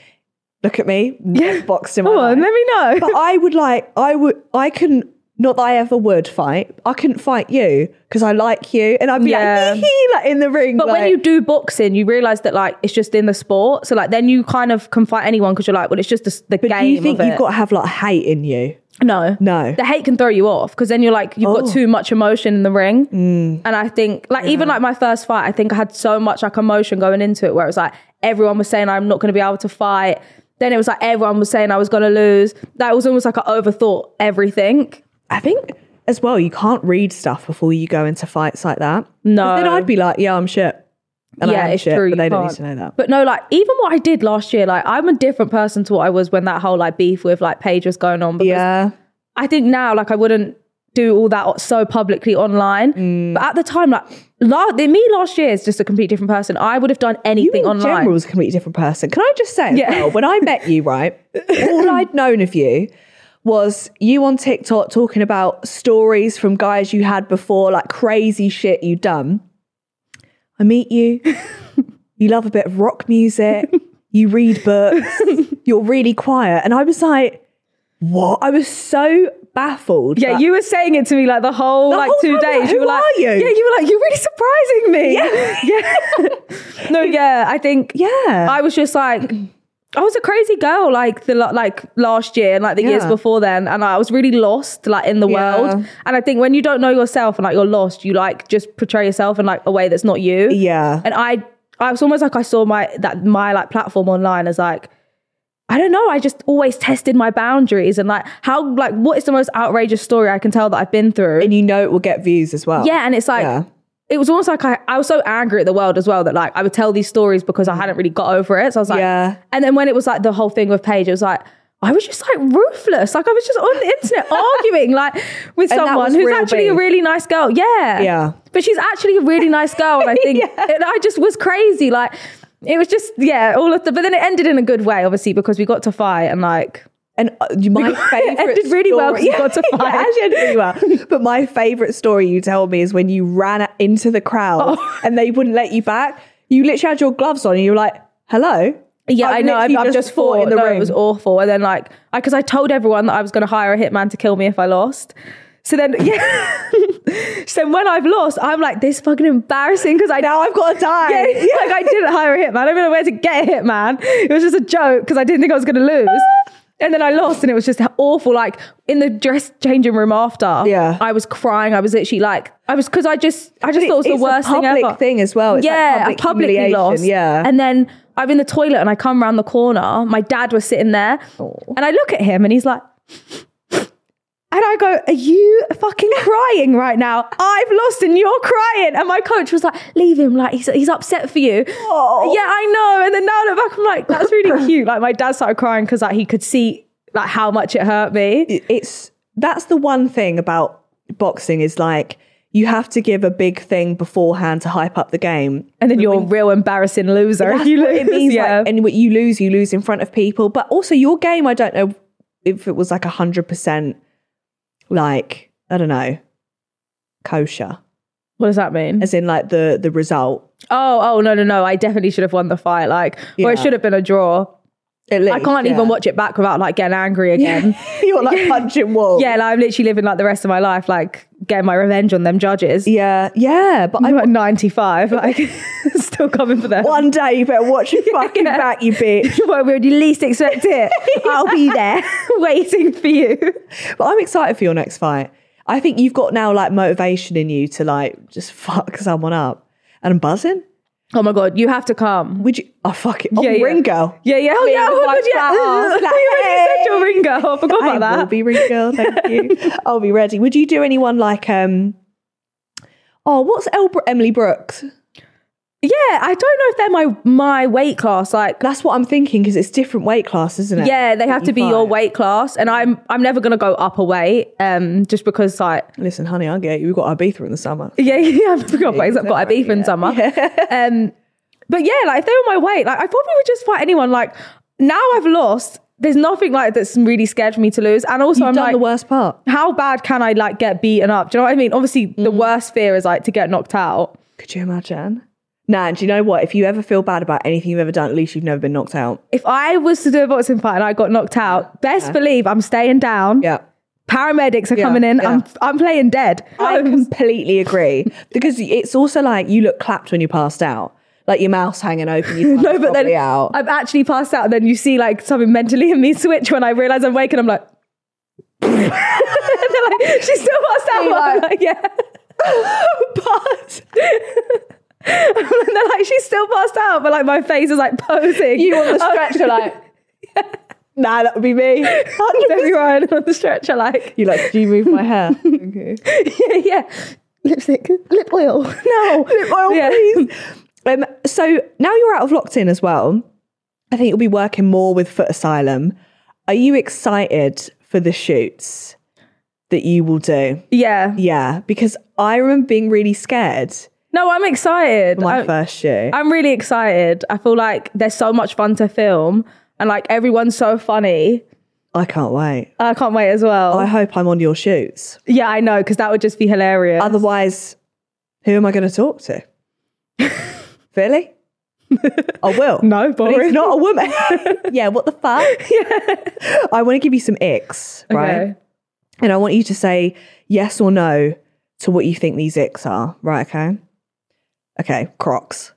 Look at me. I've boxed in my Come on, life. Oh, let me know. but I would like I would I can Not that I ever would fight. I couldn't fight you because I like you, and I'd be Yeah. like, "Hee-hee," like in the ring. But when like- you do boxing, you realize that like it's just in the sport. So like then you kind of can fight anyone because you're like, well, it's just the, the but game. do you think of you've it. got to have like hate in you? no, No. The hate can throw you off because then you're like you've Oh. Mm. got too much emotion in the ring. And I think like even like my first fight, I think I had so much like emotion going into it where it was like everyone was saying I'm not going to be able to fight. Then it was like everyone was saying I was going to lose. That was almost like I overthought everything. I think as well, you can't read stuff before you go into fights like that. No. 'Cause Then I'd be like, "Yeah, I'm shit." And I yeah, am it's shit, true. But you they don't need can't. to know that. But no, like even what I did last year, like I'm a different person to what I was when that whole like beef with like Paige was going on. Because yeah. I think now, like, I wouldn't do all that so publicly online. Mm. But at the time, like, la- me last year is just a complete different person. I would have done You anything in online. general was a completely different person. Can I just say, as Yeah. well, when I met you, right, all I'd known of you was you on TikTok talking about stories from guys you had before, like crazy shit you'd done. I meet you. you love a bit of rock music. You read books. You're really quiet. And I was like, what? I was so baffled. yeah, that- you were saying it to me like the whole The like whole two time, like, days. who were like, are you? Yeah, you were like, you're really surprising me. Yeah. yeah. no, yeah, I think Yeah. I was just like, I was a crazy girl like the la- like last year and like the years Yeah. before then, and I was really lost like in the Yeah. world. And I think when you don't know yourself and like you're lost, you like just portray yourself in like a way that's not you. yeah. And I, I was almost like I saw my that my like platform online as like. I don't know. I just always tested my boundaries and like how like what is the most outrageous story I can tell that I've been through. And you know it will get views as well. Yeah, and it's like Yeah. it was almost like I, I was so angry at the world as well that like I would tell these stories because I hadn't really got over it. So I was like, Yeah. And then when it was like the whole thing with Paige, it was like I was just like ruthless. Like I was just on the internet arguing like with And that someone was who's real actually a beef. really nice girl. Yeah, Yeah. But she's actually a really nice girl, and I think and I just was crazy. Like it was just yeah, all of the. But then it ended in a good way, obviously, because we got to fight and like And uh, you- my got- favorite it did really well 'cause story, we got to fight. yeah, actually, it did really well. But my favorite story you told me is when you ran a- into the crowd Oh. and they wouldn't let you back. You literally had your gloves on and you were like, "Hello." Yeah, i know. I've, literally I've just fought. in the no, ring. it was awful. And then like, because I, told everyone that I was going to hire a hitman to kill me if I lost. So then, yeah. so then when I've lost, I'm like, this is fucking embarrassing because I Now I've got to die. yeah, like I didn't hire a hitman. I don't know where to get a hitman. It was just a joke because I didn't think I was going to lose. And then I lost, and it was just awful. Like in the dress changing room after, Yeah. I was crying. I was literally like, I was because I just, I But just thought it it's a was the worst thing public ever. thing as well. It's like yeah, public I publicly humiliation, lost. yeah. and then I'm in the toilet, and I come around the corner. My dad was sitting there, and I look at him, and he's like. And I go, Are you fucking crying right now? I've lost and you're crying. And my coach was like, Leave him. Like, he's, he's upset for you. Yeah, I know. And then now I look back, I'm like, That's really cute. Like, my dad started crying because, like, he could see, like, how much it hurt me. it's that's the one thing about boxing is like you have to give a big thing beforehand to hype up the game. And then you're a real embarrassing loser if That's you what lose. it means, yeah. like, and what you lose, you lose in front of people. But also your game, I don't know if it was like hundred percent, like I don't know, kosher, what does that mean? as in like the the result. Oh, oh, no, no, no. I definitely should have won the fight. Like, or it Yeah. should have been a draw. At I least, can't yeah. even watch it back without, like, getting angry again. You're like punching walls. Yeah, like, I'm literally living like the rest of my life, like getting my revenge on them judges. yeah, yeah. But I, I'm at 95, like still coming for them. one day you better watch your fucking Yeah. back, you bitch. When we least expect it, I'll be there waiting for you. But I'm excited for your next fight. I think you've got now like motivation in you to like just fuck someone up. And I'm buzzing. Oh my god, you have to come. Would you? Oh fuck it. Oh, Yeah, yeah. ring girl. Yeah, yeah, oh Me yeah, and oh my my god, yeah. fat ass, like, you already said your hey. ring girl. I forgot I about that. will be ring girl. Thank you. I'll be ready. Would you do anyone like um? Oh, what's El- Emily Brooks? yeah, I don't know if they're my my weight class. Like, That's what I'm thinking because it's different weight class, isn't it? yeah, they have to be your 55. weight class, and I'm I'm never gonna go up a weight. Um, just because like Listen, honey, I get you. We've got Ibiza in the summer. Yeah, yeah, I've got I've got Ibiza in summer. Um, but yeah, like if they were my weight, like I probably would just fight anyone. Like now I've lost. There's nothing like that's really scared for me to lose. And also, You've I'm done like, the worst part. how bad can I like get beaten up? Do you know what I mean? Obviously, the Mm. worst fear is like to get knocked out. Could you imagine? Nah, and do you know what? If you ever feel bad about anything you've ever done, at least you've never been knocked out. If I was to do a boxing fight and I got knocked out, best believe I'm staying down. Yeah. Paramedics are Yeah, coming in. yeah. I'm I'm playing dead. I I'm- completely agree because it's also like you look clapped when you passed out, like your mouth's hanging open. You no, but then out. I'm actually passed out. And then you see like something mentally in me switch when I realize I'm awake, and I'm like, and they're like she's still passed out. You're I'm like- like, yeah, but. and they're like, she's still passed out, but like my face is like posing. you on the stretcher, like, nah, that would be me. Debbie Ryan on the stretcher, like, You like, do you move my hair? okay. yeah, yeah. Lipstick, lip oil. No, Lip oil, Yeah. please. Um, so now you're out of locked in as well. I think you'll be working more with Foot Asylum. Are you excited for the shoots that you will do? Yeah. Yeah, because I remember being really scared No, I'm excited. for my I'm- first shoot. I'm really excited. I feel like there's so much fun to film and like everyone's so funny. I can't wait. I can't wait as well. I hope I'm on your shoots. yeah, I know, because that would just be hilarious. Otherwise, who am I going to talk to? really? I will. No, but boring. it's not a woman. yeah, what the fuck? I want to give you some icks, right? Okay. And I want you to say yes or no to what you think these icks are, right? Okay. Okay, Crocs.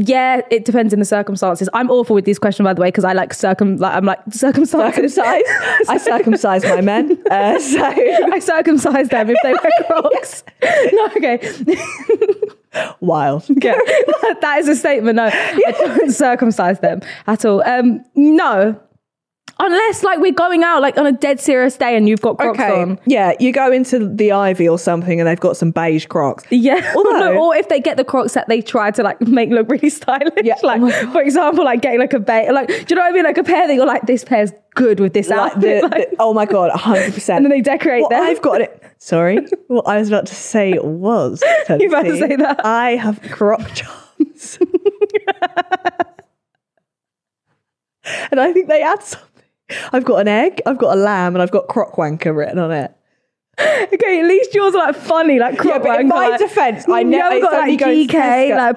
Yeah, it depends on the circumstances. I'm awful with these questions, by the way, because I like circum like I'm like circumstances. Circumcised. I circumcise my men. Uh, so I circumcised them if they wear crocs. No, okay. wild. Yeah. that is a statement. No, I don't circumcise them at all. Um, no. Unless like we're going out like on a dead serious day and you've got crocs on. Yeah, you go into the Ivy or something, and they've got some beige Crocs. Yeah. Although- No, or if they get the crocs that they try to like make look really stylish. Yeah. Like Oh my God. for example, like getting like a bait like do you know what I mean? Like a pair that you're like, this pair's good with this Like outfit. the, like, the- oh my god, hundred percent. And then they decorate What them. I've got it. Sorry, what I was about to say was You were about to Tennessee, say that. I have crop charms, and I think they add something. I've got an egg, I've got a lamb, and I've got croc wanker written on it. okay, at least yours are like funny, like croc wanker, like- You haven't got like GK, like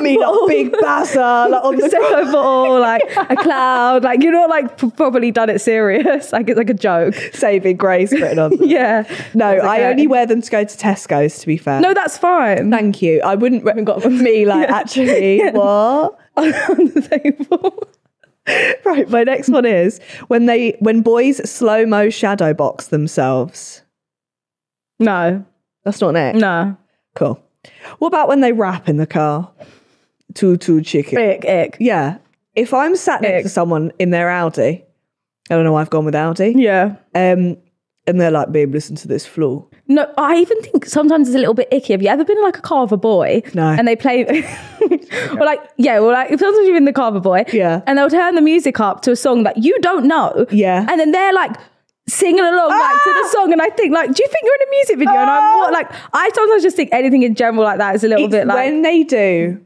me bottle. like big bazaar, like on the Prosecco bottle, like a cloud, like you're not like p- probably done it serious, like it's like a joke. saving grace written on. them. Yeah, No, It's I okay. only wear them to go to Tesco's. To be fair, No, that's fine. Thank you. I wouldn't have got me like actually what on the table. right. My next one is when they when boys slow mo shadow box themselves. No, That's not next. no, Cool. What about when they rap in the car? Two two chicken. ick, ick. Yeah. If I'm sat next Ick. to someone in their Audi, I don't know. why I've gone with Audi. Yeah. Um, and they're like, babe, listen to this floor. No, I even think sometimes it's a little bit icky. Have you ever been in like a car of a boy? No. And they play, or like, yeah, well, like sometimes you're in the car of a boy. Yeah. And they'll turn the music up to a song that you don't know. Yeah. And then they're like singing along like, to the song. And I think, like, do you think you're in a music video? And I'm what? Like, I sometimes just think anything in general like that is a little It's bit like. when they do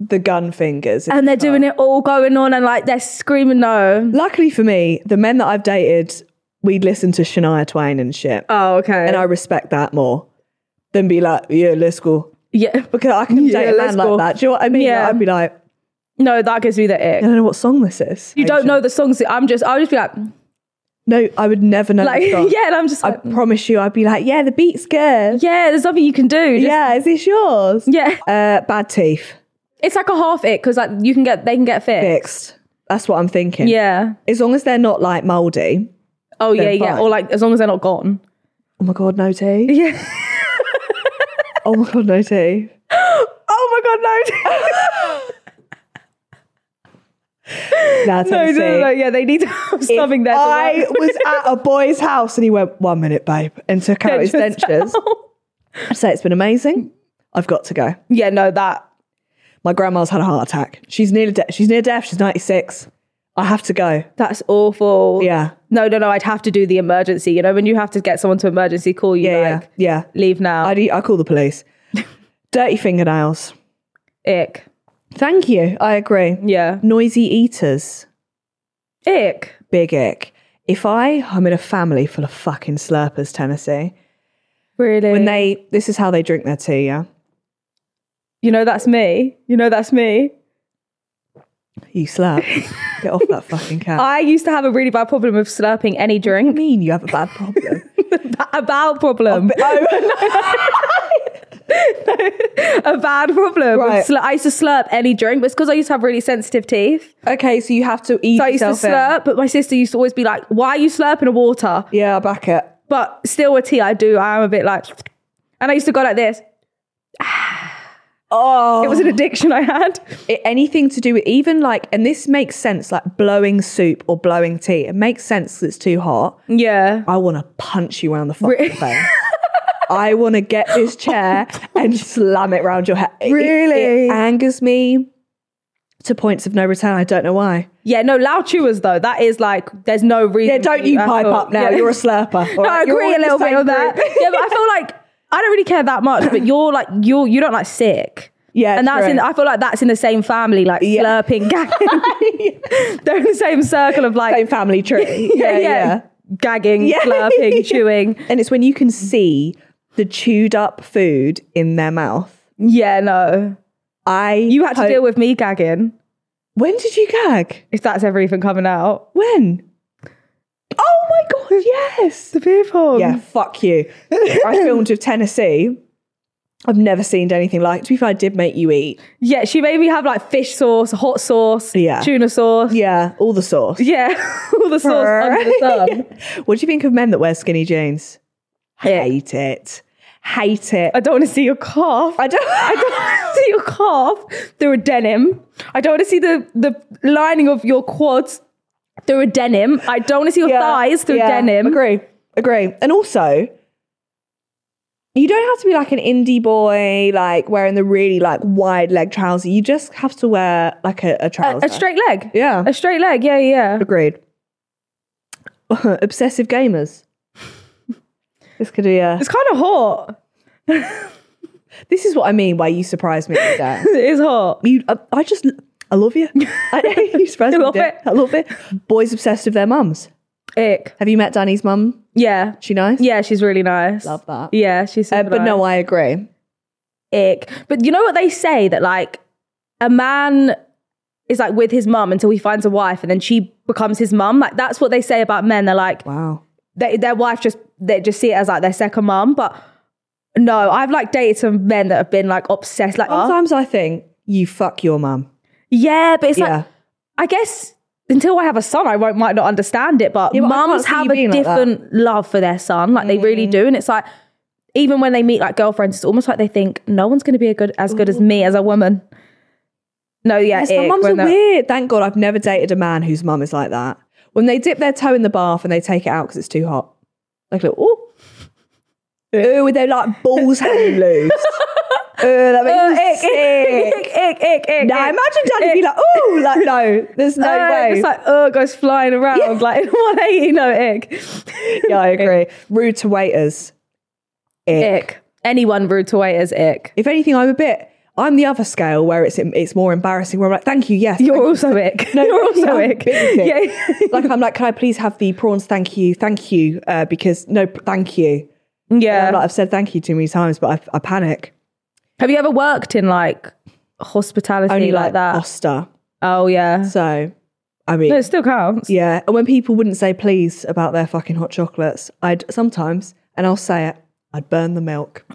the gun fingers. and they're doing it all going on and like they're screaming no. Luckily for me, the men that I've dated, we'd listen to Shania Twain and shit. Oh, okay. and I respect that more than be like, yeah, let's go. yeah. Because I can Yeah, date a man let's go. like that. Do you know what I mean? Like, Yeah. I'd be like, No, that gives me the I ick. don't know what song this is. You Oh don't know the songs. I'm just, I'll just be like, No, I would never know. like, the song. yeah. And I'm just I like, promise you, I'd be like, yeah, the beat's good. yeah, there's nothing you can do. Just- yeah, is this yours? Yeah. Uh, bad teeth It's like a half ick because like you can get, they can get fixed. fixed. That's what I'm thinking. Yeah. As long as they're not like mouldy. Oh, yeah, Then yeah. fine. Or like, as long as they're not gone. Oh my god, no teeth. Yeah. Oh my god, no teeth. oh my God, no. Nah, No, no, Tennessee. no, no, yeah, they need to have If something there. To I work. was at a boy's house and he went, one minute, babe, and took out his Dentures dentures. I'd say it's been amazing. I've got to go. yeah, no, that. My grandma's had a heart attack. She's nearly de- she's near death. She's 96. I have to go. That's awful. Yeah. No, no, no. I'd have to do the emergency. You know, when you have to get someone to emergency call you, Yeah. yeah, like, yeah. leave now. I'd, e- I'd call the police. Dirty fingernails. ick. Thank you. I agree. Yeah. Noisy eaters. Ick. Big ick. If I, I'm in a family full of fucking slurpers, Tennessee. Really? When they, this is how they drink their tea, yeah? you know, that's me. You know, that's me. You slap. Get off that fucking cat. I used to have a really bad problem of slurping any I drink. mean, you have a bad problem. a bowel problem. a bad problem. oh. Right. Slur- I used to slurp any drink, but it's because I used to have really sensitive teeth. okay, so you have to eat So I used to yourself in. slurp, but my sister used to always be like, "Why are you slurping a water?" Yeah, I back it. But still, with tea, I do. I am a bit like, and I used to go like this. Oh, It was an addiction I had. it- anything to do with even like, and this makes sense, like blowing soup or blowing tea. It makes sense that it's too hot. Yeah. I want to punch you round the fucking face. I want to get this chair and slam it round your head. It- it- Really? it angers me to points of no return. I don't know why. Yeah, no, loud chewers though. That is like, there's no reason. Yeah, don't to you at pipe all. up now. Yeah. You're a slurper. all No, I right? You're all agree a in the little bit same of that. group. yeah, but I feel like I don't really care that much. But you're like you're you don't like sick. Yeah, and that's true. in. I feel like that's in the same family, like Yeah. slurping, gagging. They're in the same circle of like Same family tree. Yeah, yeah. gagging, Yeah. slurping, chewing. And it's when you can see the chewed up food in their mouth. Yeah, no, I you had to hope- deal with me gagging. When did you gag? If that's everything coming out, When? Oh my god, yes. the people. Yeah, fuck you. I filmed with Tennessee. I've never seen anything like. To be fair, I did make you eat. yeah. She made me have like fish sauce, hot sauce, Yeah. tuna sauce. Yeah, all the sauce. Yeah, all the sauce under the sun. what do you think of men that wear skinny jeans? Hate it. Hate it. I don't want to see your calf. I don't. I don't want to see your calf through a denim. I don't want to see the the lining of your quads through a denim. I don't want to see your Yeah, thighs through yeah, denim. Agree. Agree. And also, you don't have to be like an indie boy, like wearing the really like wide leg trouser. You just have to wear like a, a A, trouser. a straight leg. Yeah. A straight leg. Yeah, yeah. Agreed. Obsessive gamers. this could be a. It's kind of hot. This is what I mean by you surprised me with that. It is hot. You, I, I just, I love you. I, you surprised I me. love with it. I love it. Boys obsessed with their mums. Ick. Have you met Danny's mum? Yeah. She nice. Yeah, she's really nice. Love that. Yeah, she's Uh, super but no, nice. I agree. ick. But you know what they say that like a man is like with his mum until he finds a wife and then she becomes his mum. Like that's what they say about men. They're like Wow. they, their wife just they just see it as like their second mum. But no, I've like dated some men that have been like obsessed. Like Sometimes I think you fuck your mum. yeah, but it's Yeah. like I guess until I have a son, I won't might not understand it. But Yeah, but I can't mums see you have a being like that. Mm. different love for their son. Like they really do, and it's like. Even when they meet like girlfriends, it's almost like they think no one's going to be a good as good as me as a woman. No, yeah, Yes, my ick, mums are when they're- weird. Thank God I've never dated a man whose mum is like that. When they dip their toe in the bath and they take it out because it's too hot. Like, look, ooh. Ooh, with their like balls hanging loose. Ooh, that makes Uh, me ick, sick. ick, ick, ick, Now ick. imagine Daddy be like, ooh, like no, there's no Uh, way. It's like, oh, goes flying around like 180, no ick. yeah, I agree. Rude to waiters. Ick. Ick. Anyone rude to waiters, ick. If anything, I'm a bit. I'm the other scale where it's it's more embarrassing. Where I'm like, thank you, yes. You're thank also ick. No, You're yeah, also I'm ick. big dick. Yeah. like I'm like, can I please have the prawns? Thank you, thank you, uh, because no, p- thank you. Yeah. I'm like, I've said thank you too many times, but I, I panic. Have you ever worked in like hospitality Only like, that? Oster. oh, yeah. So, I mean, No, it still counts. yeah. And when people wouldn't say please about their fucking hot chocolates, I'd sometimes, and I'll say it, I'd burn the milk.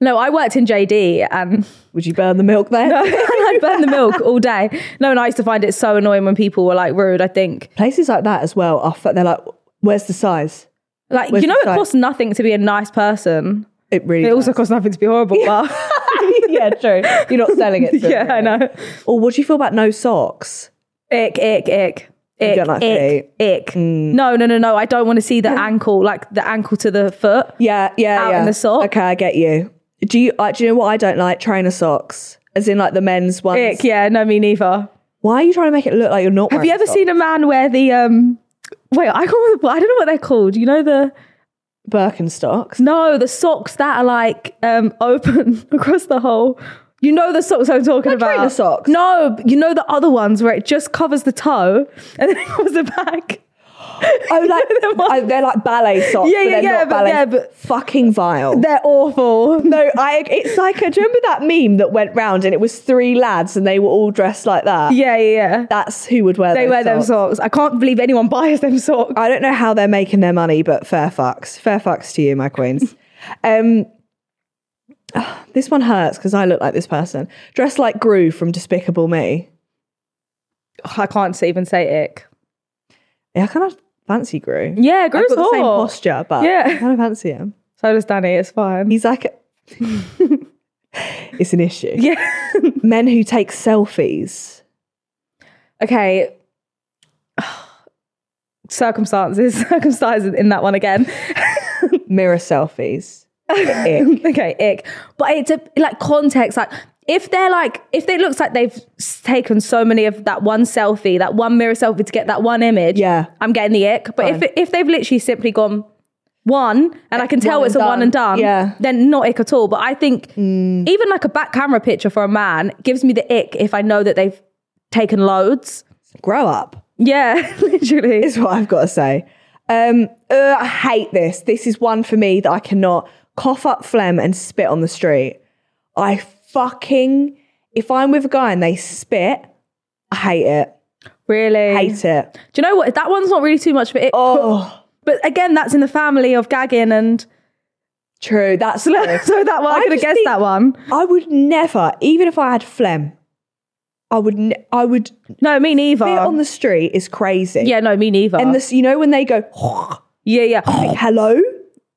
No, I worked in JD and Would you burn the milk there? and I'd burn the milk all day. No, and I used to find it so annoying when people were like rude. I think, Places like that as well are. fu- They're like, where's the size? like, Where's you know, the it site? costs nothing to be a nice person. It really. It also does. costs nothing to be horrible. But yeah, true. You're not selling it. To yeah, I know. Or what do you feel about no socks? Ick, ick, ick. You Ick, don't like Mm. ick, ick. No, no, no, no. I don't want to see the ankle, like the ankle to the foot. Yeah, yeah, Out in yeah. the sock. Okay, I get you. Do you? Uh, do you know what I don't like? Trainer socks, as in like the men's ones. Ick, yeah, no, me neither. Why are you trying to make it look like you're not? Have you ever seen a man wear the um? Wait, I can't. I don't know what they're called. You know the Birkenstocks? no, the socks that are like um open across the whole. You know the socks I'm talking Like about. trainer socks? No, you know the other ones where it just covers the toe and then it covers the back. Oh, like oh, they're like ballet socks. Yeah, but yeah, they're yeah, not but- ballet. yeah, but- fucking vile. They're awful. No, I. It's like uh, do you remember that meme that went round and it was three lads and they were all dressed like that. Yeah, yeah, yeah. that's who would wear. They those wear them socks. socks. I can't believe anyone buys them socks. I don't know how they're making their money, but fair fucks. Fair fucks to you, my queens. um, this one hurts because I look like this person. Dressed like Gru from Despicable Me. I can't even say ick. Yeah, I kind of fancy Gru. Yeah, I've Gru's got the same hot. posture, but Yeah. I kind of fancy him. So does Danny. It's fine. He's like, it's an issue. yeah. Men who take selfies. okay. Circumstances, circumstances in that one again. mirror selfies. okay, ick. But it's a, like context. Like if they're like if it looks like they've s- taken so many of that one selfie, that one mirror selfie to get that one image. Yeah. I'm getting the ick. But if it, if they've literally simply gone one and I can tell One it's a and one and done. done, Yeah. Mm. then not ick at all. But I think even like a back camera picture for a man gives me the ick if I know that they've taken loads. Grow up Yeah, literally. is what I've got to say. Um, uh, I hate this. This is one for me that I cannot cough up phlegm and spit on the street. I fucking if I'm with a guy and they spit, I hate it. really. Hate it. Do you know what? That one's not really too much for it. Oh, But again, that's in the family of gagging and true. That's so that one I, I could have just guessed think- that one. I would never, even if I had phlegm, I would. Ne- I would. No, me neither. Spit on the street is crazy. yeah, no, me neither. And this, you know, when they go, yeah, yeah. like, hello,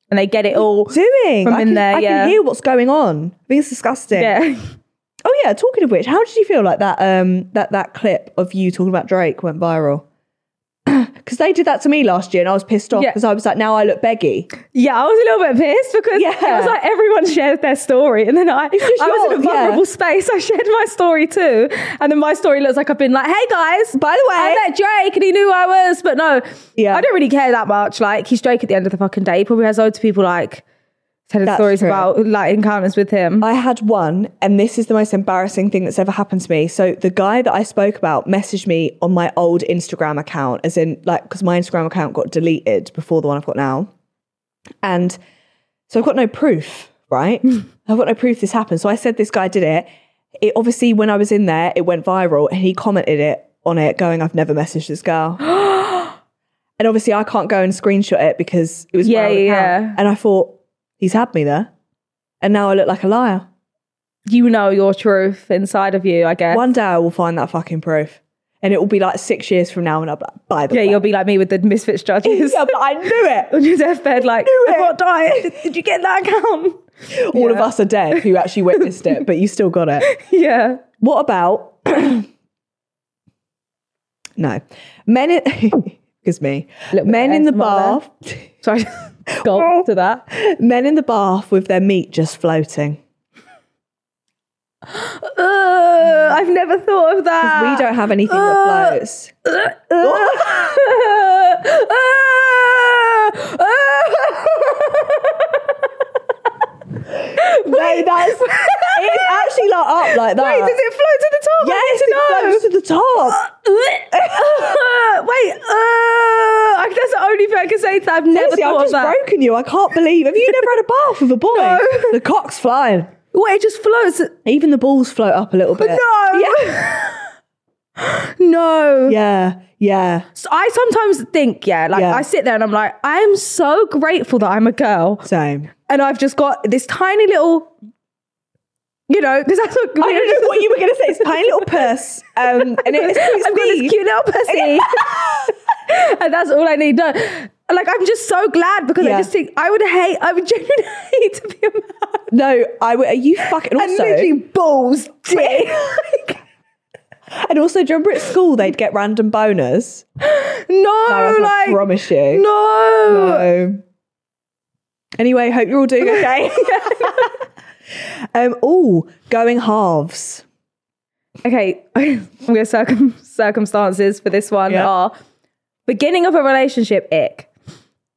And they get it all. doing? From I in can, there, I yeah. can hear what's going on. I think it's disgusting. Yeah. Oh yeah. Talking of which, how did you feel like that? Um, that that clip of you talking about Drake went viral. Because they did that to me last year, and I was pissed off Yeah. because I was like, now I look beggy. Yeah, I was a little bit pissed because Yeah. it was like everyone shared their story. And then I, I just was in a yours, yeah. vulnerable space. I shared my story too. And then my story looks like I've been like, hey guys, By the way- I met Drake and he knew who I was. But no, Yeah. I don't really care that much. Like, he's Drake at the end of the fucking day. He probably has loads of people like telling That's stories true. about like encounters with him. I had one, and this is the most embarrassing thing that's ever happened to me. So the guy that I spoke about messaged me on my old Instagram account, as in like because my Instagram account got deleted before the one I've got now, and so I've got no proof, right? Hmm. I've got no proof this happened. So I said this guy did it. It obviously when I was in there, it went viral, and he commented it on it, going, "I've never messaged this girl." and obviously, I can't go and screenshot it because it was my Yeah, old yeah, account. yeah. And I thought he's had me there, and now I look like a liar. you know your truth inside of you, I guess. One day I will find that fucking proof. And it will be like six years from now, and I'll be like, by the yeah, way. you'll be like me with the misfits judges. yeah, but I knew it. On your deathbed, like, knew I've it. got diet. Did you get that account? All of us are dead who actually witnessed it, but you still got it. Yeah. What about. no. Men in. Because me. Little bit Men in the ASMR bath. Sorry. Gulp to that. Men in the bath with their meat just floating. Ugh, I've never thought of that. We don't have anything that Uh, floats. Wait, that's. It's actually like up like that. Wait, does it float to the top? Yes, it floats to the top. Wait, uh, I- that's the only thing I can say. That I've never Honestly, thought I've of just that. broken you. I can't believe. Have you never had a bath with a boy? No. The cock's flying. Wait, it just floats. Even the balls float up a little bit. No. Yeah. No. Yeah. Yeah. So I sometimes think, yeah, like Yeah. I sit there and I'm like, I am so grateful that I'm a girl. Same. And I've just got this tiny little, you know, because that's what I don't know what you were going to say. It's a tiny little puss. Um, and it- it's, it's I've got me. this cute little pussy. and that's all I need. No. Like I'm just so glad because Yeah. I just think I would hate, I would genuinely hate to be a man. No, I. w- Are you fucking and also? literally balls dick. And also, do you remember at school they'd get random boners? no, I was like, like promise you. no. No. Anyway, hope you're all doing okay. um. Oh, going halves. okay, I'm gonna circum- circumstances for this one Yeah. are beginning of a relationship ick.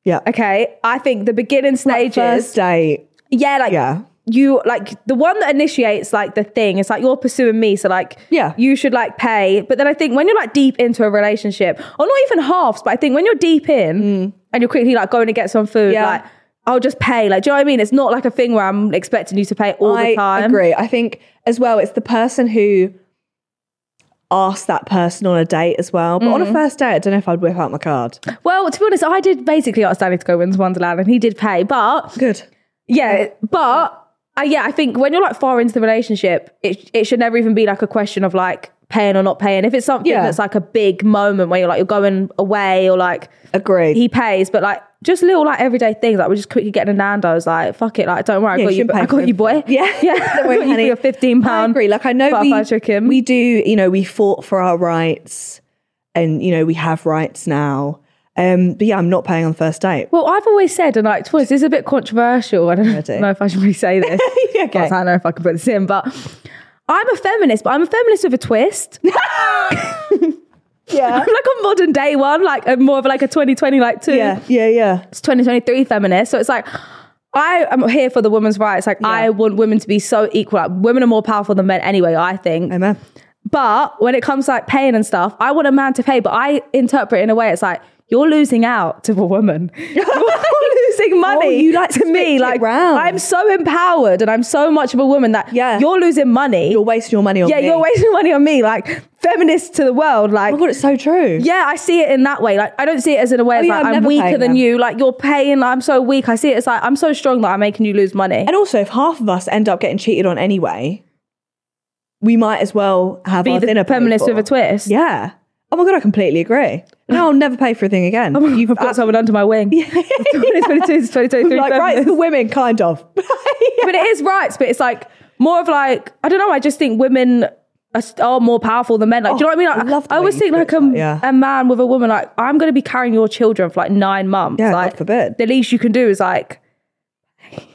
Yeah. Okay, I think the beginning Like stages. First date. yeah, like Yeah. you like the one that initiates like the thing. It's like you're pursuing me, so like Yeah. you should like pay. But then I think when you're like deep into a relationship, or not even halves, but I think when you're deep in and you're quickly like going to get some food, Mm. Yeah. like I'll just pay. Like, do you know what I mean? It's not like a thing where I'm expecting you to pay all I the time. agree. I think as well, it's the person who asked that person on a date as well. But Mm. on a first date, I don't know if I'd whip out my card. Well, to be honest, I did basically ask Danny to go into Wonderland, and he did pay. But Good. yeah, but uh, yeah, I think when you're like far into the relationship, it it should never even be like a question of like paying or not paying. If it's something Yeah. that's like a big moment where you're like you're going away or like Agreed. he pays, but like just little like everyday things, like we're just quickly getting a Nando's, like fuck it, like don't worry, Yeah, I got you, shouldn't pay I for got you, boy. everything. Yeah. yeah, Don't worry, I got you for honey. your fifteen I pound. agree. Like I know butterfly we chicken. we do. You know, we fought for our rights, and you know we have rights now. Um, but yeah, I'm not paying on the first date. Well, I've always said, and like, twice, this is a bit controversial. I don't do. know if I should really say this. Yeah, okay. I don't know if I can put this in, but I'm a feminist, but I'm a feminist with a twist. Yeah, I'm like a modern day one, like a, more of like a 2020, like two. yeah, yeah, yeah. It's 2023 feminist. So it's like, I am here for the women's rights. Like, I want women to be so equal. Like, women are more powerful than men anyway, I think. Amen. But when it comes to like paying and stuff, I want a man to pay, but I interpret it in a way it's like, you're losing out to a woman. You're losing money Oh, you like to switch me. it Like round. I'm so empowered and I'm so much of a woman that Yeah. you're losing money. You're wasting your money on yeah, me. you're wasting money on me. Like feminist to the world. Like Oh my god, it's so true. yeah, I see it in that way. Like I don't see it as in a way as Oh, yeah, like I'm I'm, never weaker paying than them. you. Like you're paying. Like, I'm so weak. I see it as like I'm so strong that I'm making you lose money. And also, if half of us end up getting cheated on anyway, we might as well have Be our the dinner paid feminist for. with a twist. Yeah. Oh my god, I completely agree. No, I'll never pay for a thing again. You've got someone under my wing. 2022 to 2023 like rights feminist. for women, kind of. but it is rights, but it's like more of like I don't know. I just think women are, are more powerful than men. Like, do you know what I mean? Oh, I Like, love the way I always you think put like a, that, yeah. a man with a woman. Like, I'm going to be carrying your children for like nine months. Yeah, like, God forbid. The least you can do is like,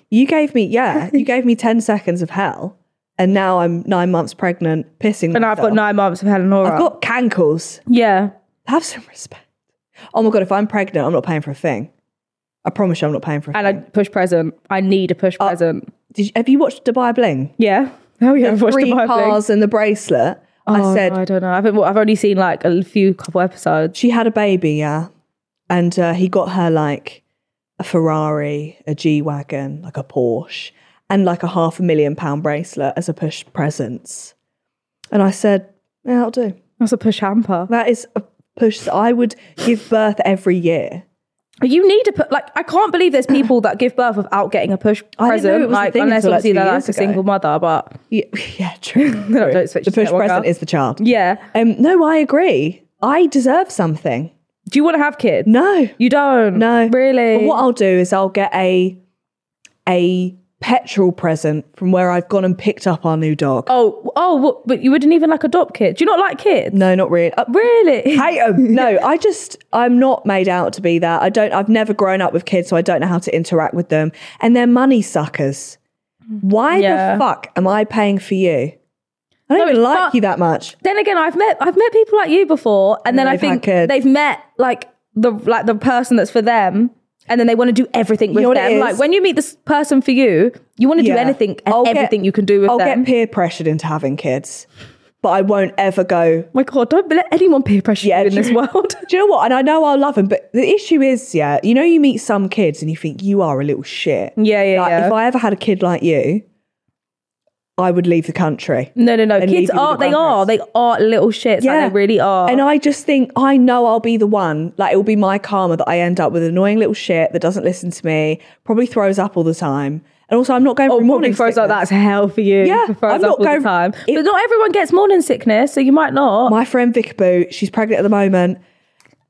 You gave me, yeah, you gave me 10 seconds of hell. And now I'm nine months pregnant, pissing. and I've got nine months of Helen Nora. I've got cankles. yeah. Have some respect. Oh my God, if I'm pregnant, I'm not paying for a thing. I promise you, I'm not paying for a And I thing. push present. I need a push Uh, present. Did you, have you watched Dubai Bling? Yeah. Oh yeah. I've watched Three the Bible. cars and the bracelet. Oh, I said, no, I don't know. I haven't. wa- I've only seen like a few couple episodes. she had a baby, yeah. And uh, he got her like a Ferrari, a G Wagon, like a Porsche, and like a half a million pound bracelet as a push presents. And I said, yeah, that'll do. That's a push hamper. That is a push that I would give birth every year. You need to put like I can't believe there's people that give birth without getting a push I didn't know it was present. a Like thing unless until, like, obviously two they're like years a ago. single mother, but Yeah, yeah true. No, don't switch the to push network present out. is the child. yeah. Um, no, I agree. I deserve something. Do you want to have kids? No, You don't. no, Really? But what I'll do is I'll get a a petrol present from where I've gone and picked up our new dog. oh, oh, what, but you wouldn't even like adopt kids. Do you not like kids? No, not really. Uh, Really? hate 'em. No, I just I'm not made out to be that. I don't. I've never grown up with kids, so I don't know how to interact with them. And they're money suckers. Why Yeah. the fuck am I paying for you? I don't No, even it's like not- you that much. then again, I've met I've met people like you before, and then I they've had think kids. they've met like the like the person that's for them, and then they want to do everything with know what it them. is? Like when you meet this person for you, you want to do Yeah. anything and I'll get- everything you can do with I'll them. get peer pressured into having kids, but I won't ever go. My God, don't let anyone peer pressure Yeah, you in this true. world. Do you know what? And I know I'll love them, but the issue is, yeah, you know, you meet some kids and you think you are a little shit. Yeah, yeah, Like, yeah. If I ever had a kid like you, I would leave the country. no, no, no. And leave Kids you with are the they are they are little shits. Yeah, they really are. And I just think I know I'll be the one. Like it will be my karma that I end up with an annoying little shit that doesn't listen to me, probably throws up all the time. And also, I'm not going Oh, for morning morning throws like sickness. that's hell for you. Yeah, throws I'm up not all going- the time. it- but not everyone gets morning sickness, so you might not. My friend Vicky Boo, she's pregnant at the moment.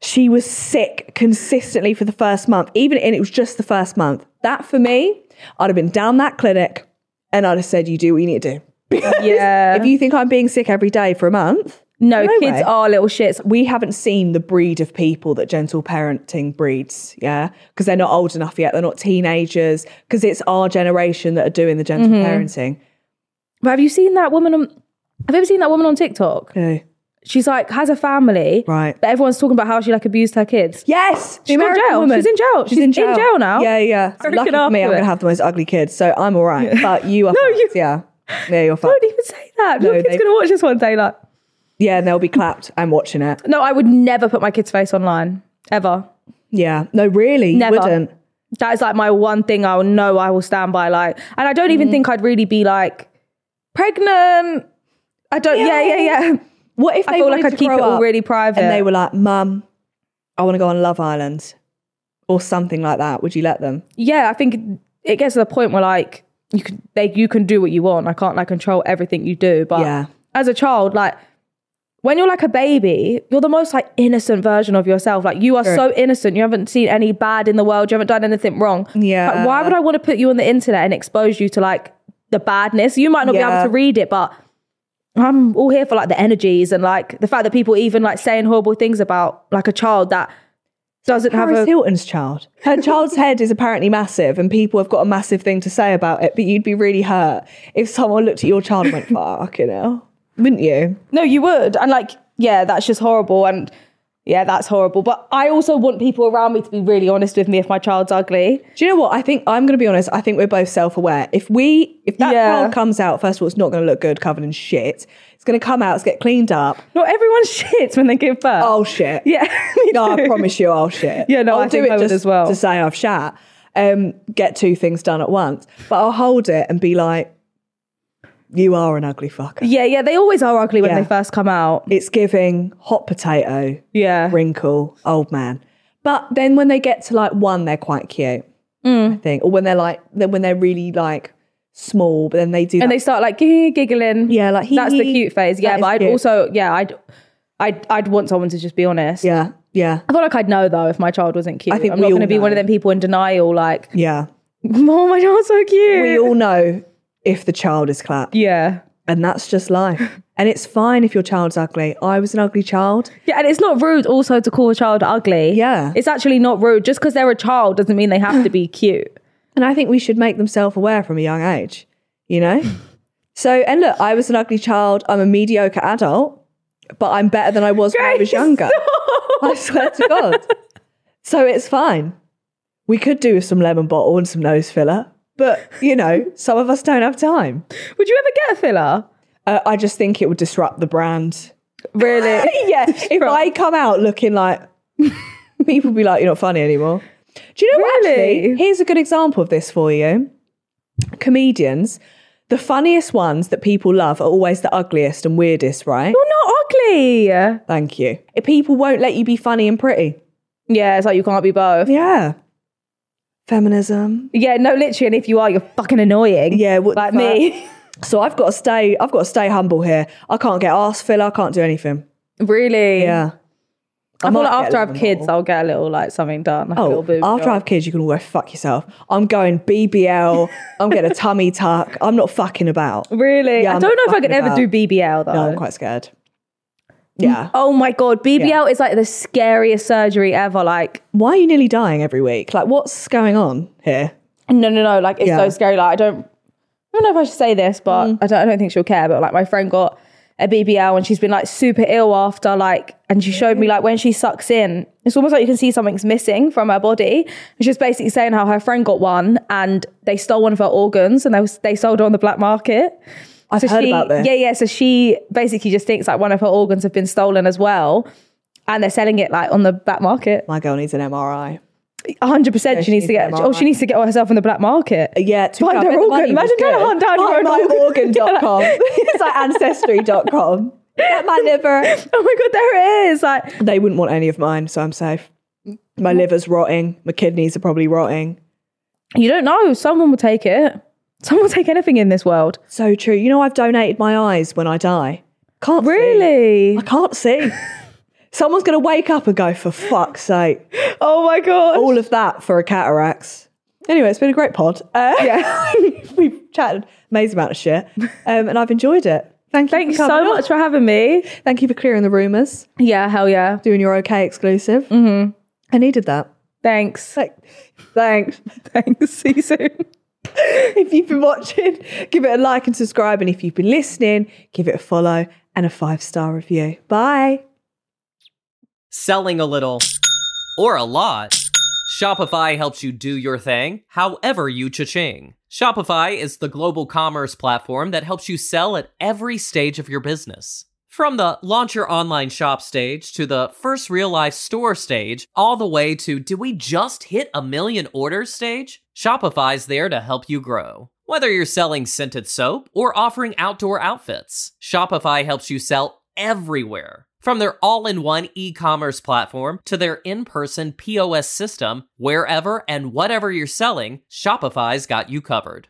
She was sick consistently for the first month, even and it was just the first month. That for me, I'd have been down that clinic, and I'd have said, "You do what you need to do." Because Yeah. If you think I'm being sick every day for a month, no, no kids way. are little shits. we haven't seen the breed of people that gentle parenting breeds, yeah? Because they're not old enough yet, they're not teenagers, because it's our generation that are doing the gentle parenting. But have you seen that woman on? Have you ever seen that woman on TikTok? Okay. she's like has a family, Right. But everyone's talking about how she like abused her kids. Yes, She's got jail. She's in jail. She's in jail now. Yeah, yeah. Freaking Lucky for me, after I'm it. gonna have the most ugly kids, so I'm all right. But you are. No, fucked, you- Yeah, yeah, you're Don't fucked. even say that. No, Your kid's they- gonna watch this one day. Like, Yeah, and they'll be clapped. I'm watching it. no, I would never put my kid's face online ever. Yeah. No, really, you Never. wouldn't. That is like my one thing I will know I will stand by. Like, and I don't Mm. even think I'd really be like pregnant. I don't. Yeah, yeah, yeah. What if I they feel like wanted I'd to keep grow it all up really private. And they were like, "Mum, I want to go on Love Island." Or something like that. Would you let them? yeah, I think it gets to the point where like you can they you can do what you want. I can't like control everything you do. But Yeah. as a child, like when you're like a baby, you're the most like innocent version of yourself. Like you are so innocent. You haven't seen any bad in the world. You haven't done anything wrong. Yeah. Like, why would I want to put you on the internet and expose you to like the badness? You might not be Yeah. able to read it, but I'm all here for like the energies and like the fact that people even like saying horrible things about like a child that doesn't have Paris a Hilton's child. Her child's head is apparently massive, and people have got a massive thing to say about it. But you'd be really hurt if someone looked at your child and went, "Fucking hell," wouldn't you? No, you would. And like, yeah, that's just horrible. And yeah, that's horrible. But I also want people around me to be really honest with me if my child's ugly. Do you know what? I think I'm going to be honest. I think we're both self-aware. If we, if that Yeah. child comes out, first of all, it's not going to look good, covered in shit. It's going to come out, it's get cleaned up. Not everyone shits when they give birth. Oh shit! yeah. me no, I too. promise you, I'll shit. Yeah, no, I'll I think I would just as well. to say I've shat. Um, get two things done at once, but I'll hold it and be like, "You are an ugly fucker." Yeah, yeah, they always are ugly when Yeah. they first come out. It's giving hot potato, Yeah. wrinkle, old man. But then when they get to like one, they're quite cute, Mm. I think. Or when they're like, then when they're really like small, but then they do. And that- they start like gigg- giggling. Yeah, like, hee, That's the hee. cute phase. That Yeah, is but I'd cute. also, yeah, I'd, I'd, I'd want someone to just be honest. yeah, yeah, I feel like I'd know though if my child wasn't cute. I think I'm we not all going to be one of know. them people in denial, like, yeah. oh my child's so cute. We all know if the child is clapped, yeah. and that's just life. And it's fine if your child's ugly. I was an ugly child. Yeah, and it's not rude also to call a child ugly. Yeah. It's actually not rude. Just because they're a child doesn't mean they have to be cute. And I think we should make them self aware from a young age, you know? so, and look, I was an ugly child. I'm a mediocre adult, but I'm better than I was when I was Grace, younger. I swear to God. So it's fine. We could do with some lemon bottle and some nose filler, but, you know, some of us don't have time. Would you ever get a filler? Uh, I just think it would disrupt the brand. Really? yeah. If I come out looking like people be like, you're not funny anymore. Do you know what? Really? Actually, here's a good example of this for you. Comedians, the funniest ones that people love are always the ugliest and weirdest, right? You're not ugly. Thank you. If people won't let you be funny and pretty. Yeah, it's like you can't be both. Yeah. Feminism. Yeah, no, literally. And if you are, you're fucking annoying. Yeah, what the Like me. So I've got to stay. I've got to stay humble here. I can't get arse filler. I can't do anything. really? Yeah. I, feel might like get after I have lemon kids, bottle. I'll get a little like something done. Like a Oh, little boob after I have kids, you can all go fuck yourself. I'm going BBL. I'm getting a tummy tuck. I'm not fucking about. job. Really? Yeah, I I'm don't not know if I could fucking ever about- do BBL though. No, I'm quite scared. Yeah. Oh my god, BBL is like the scariest surgery ever. Like, Why are you nearly dying every week? Like, what's going on here? No, no, no. Like it's Yeah. Mm. so scary. Like I don't, I don't know if I should say this, but I don't, I don't think she'll care. But like my friend got a BBL and she's been like super ill after. Like, and she showed me like when she sucks in, it's almost like you can see something's missing from her body. And she's basically saying how her friend got one and they stole one of her organs and they was, they sold it on the black market. I've So heard she, about this. Yeah, yeah. So she basically just thinks like one of her organs have been stolen as well. And they're selling it like on the black market. My girl needs an MRI. 100%. she, needs to get, an oh, she MRI. needs to get herself on the black market. Yeah, to Find I their bet the organ. money was Imagine trying to good. hunt down your Find own my organ. organ.com. it's like ancestry.com. Get my liver. Oh my god, there it is! Like, They wouldn't want any of mine, so I'm safe. My Mm-hmm. liver's rotting. My kidneys are probably rotting. you don't know. Someone will take it. Someone will take anything in this world. So true. You know, I've donated my eyes when I die. Can't see. Really? I can't see. Someone's going to wake up and go, for fuck's sake. Oh my god. all of that for a cataracts. Anyway, it's been a great pod. Uh, Yeah. we've chatted amazing amount of shit, um, and I've enjoyed it. Thank you. Thank you for so coming on. much for having me. Thank you for clearing the rumors, Yeah, hell yeah. doing your okay exclusive. Mm-hmm. I needed that. Thanks. Like, thanks. Thanks. See you soon. if you've been watching, give it a like and subscribe, and if you've been listening, give it a follow and a five star review. Bye. Selling a little or a lot. Shopify helps you do your thing, however you cha-ching. Shopify is the global commerce platform that helps you sell at every stage of your business. From the launch your online shop stage to the first real life store stage, all the way to did we just hit a million orders stage? Shopify's there to help you grow. Whether you're selling scented soap or offering outdoor outfits, Shopify helps you sell everywhere. From their all in one e commerce platform to their in person POS system, wherever and whatever you're selling, Shopify's got you covered.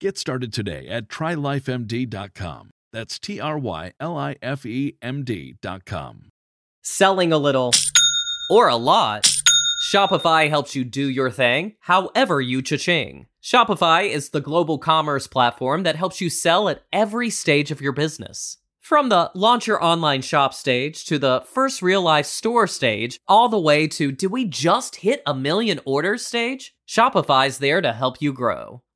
Get started today at trylifemd.com. That's T R Y L I F E M D.com. Selling a little or a lot. Shopify helps you do your thing, however you cha-ching. Shopify is the global commerce platform that helps you sell at every stage of your business. From the launch your online shop stage to the first real life store stage, all the way to did we just hit a million orders stage? Shopify's there to help you grow.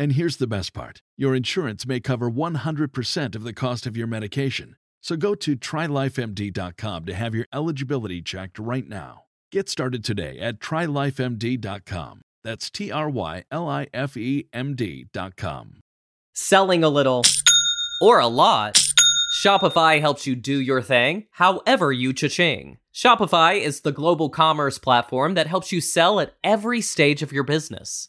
And here's the best part your insurance may cover 100% of the cost of your medication. So go to trylifemd.com to have your eligibility checked right now. Get started today at trylifemd.com. That's T R Y L I F E M D.com. selling a little or a lot. Shopify helps you do your thing, however you cha-ching. Shopify is the global commerce platform that helps you sell at every stage of your business.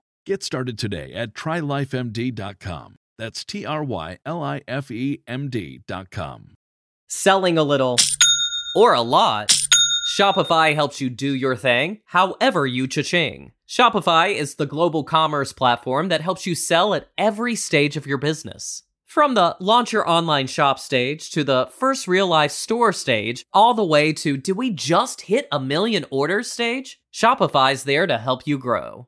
Get started today at trylifemd.com. That's T R Y L I F E M D.com. Selling a little or a lot. Shopify helps you do your thing, however you cha-ching. Shopify is the global commerce platform that helps you sell at every stage of your business. From the launch your online shop stage to the first real life store stage, all the way to did we just hit a million orders stage? Shopify's there to help you grow.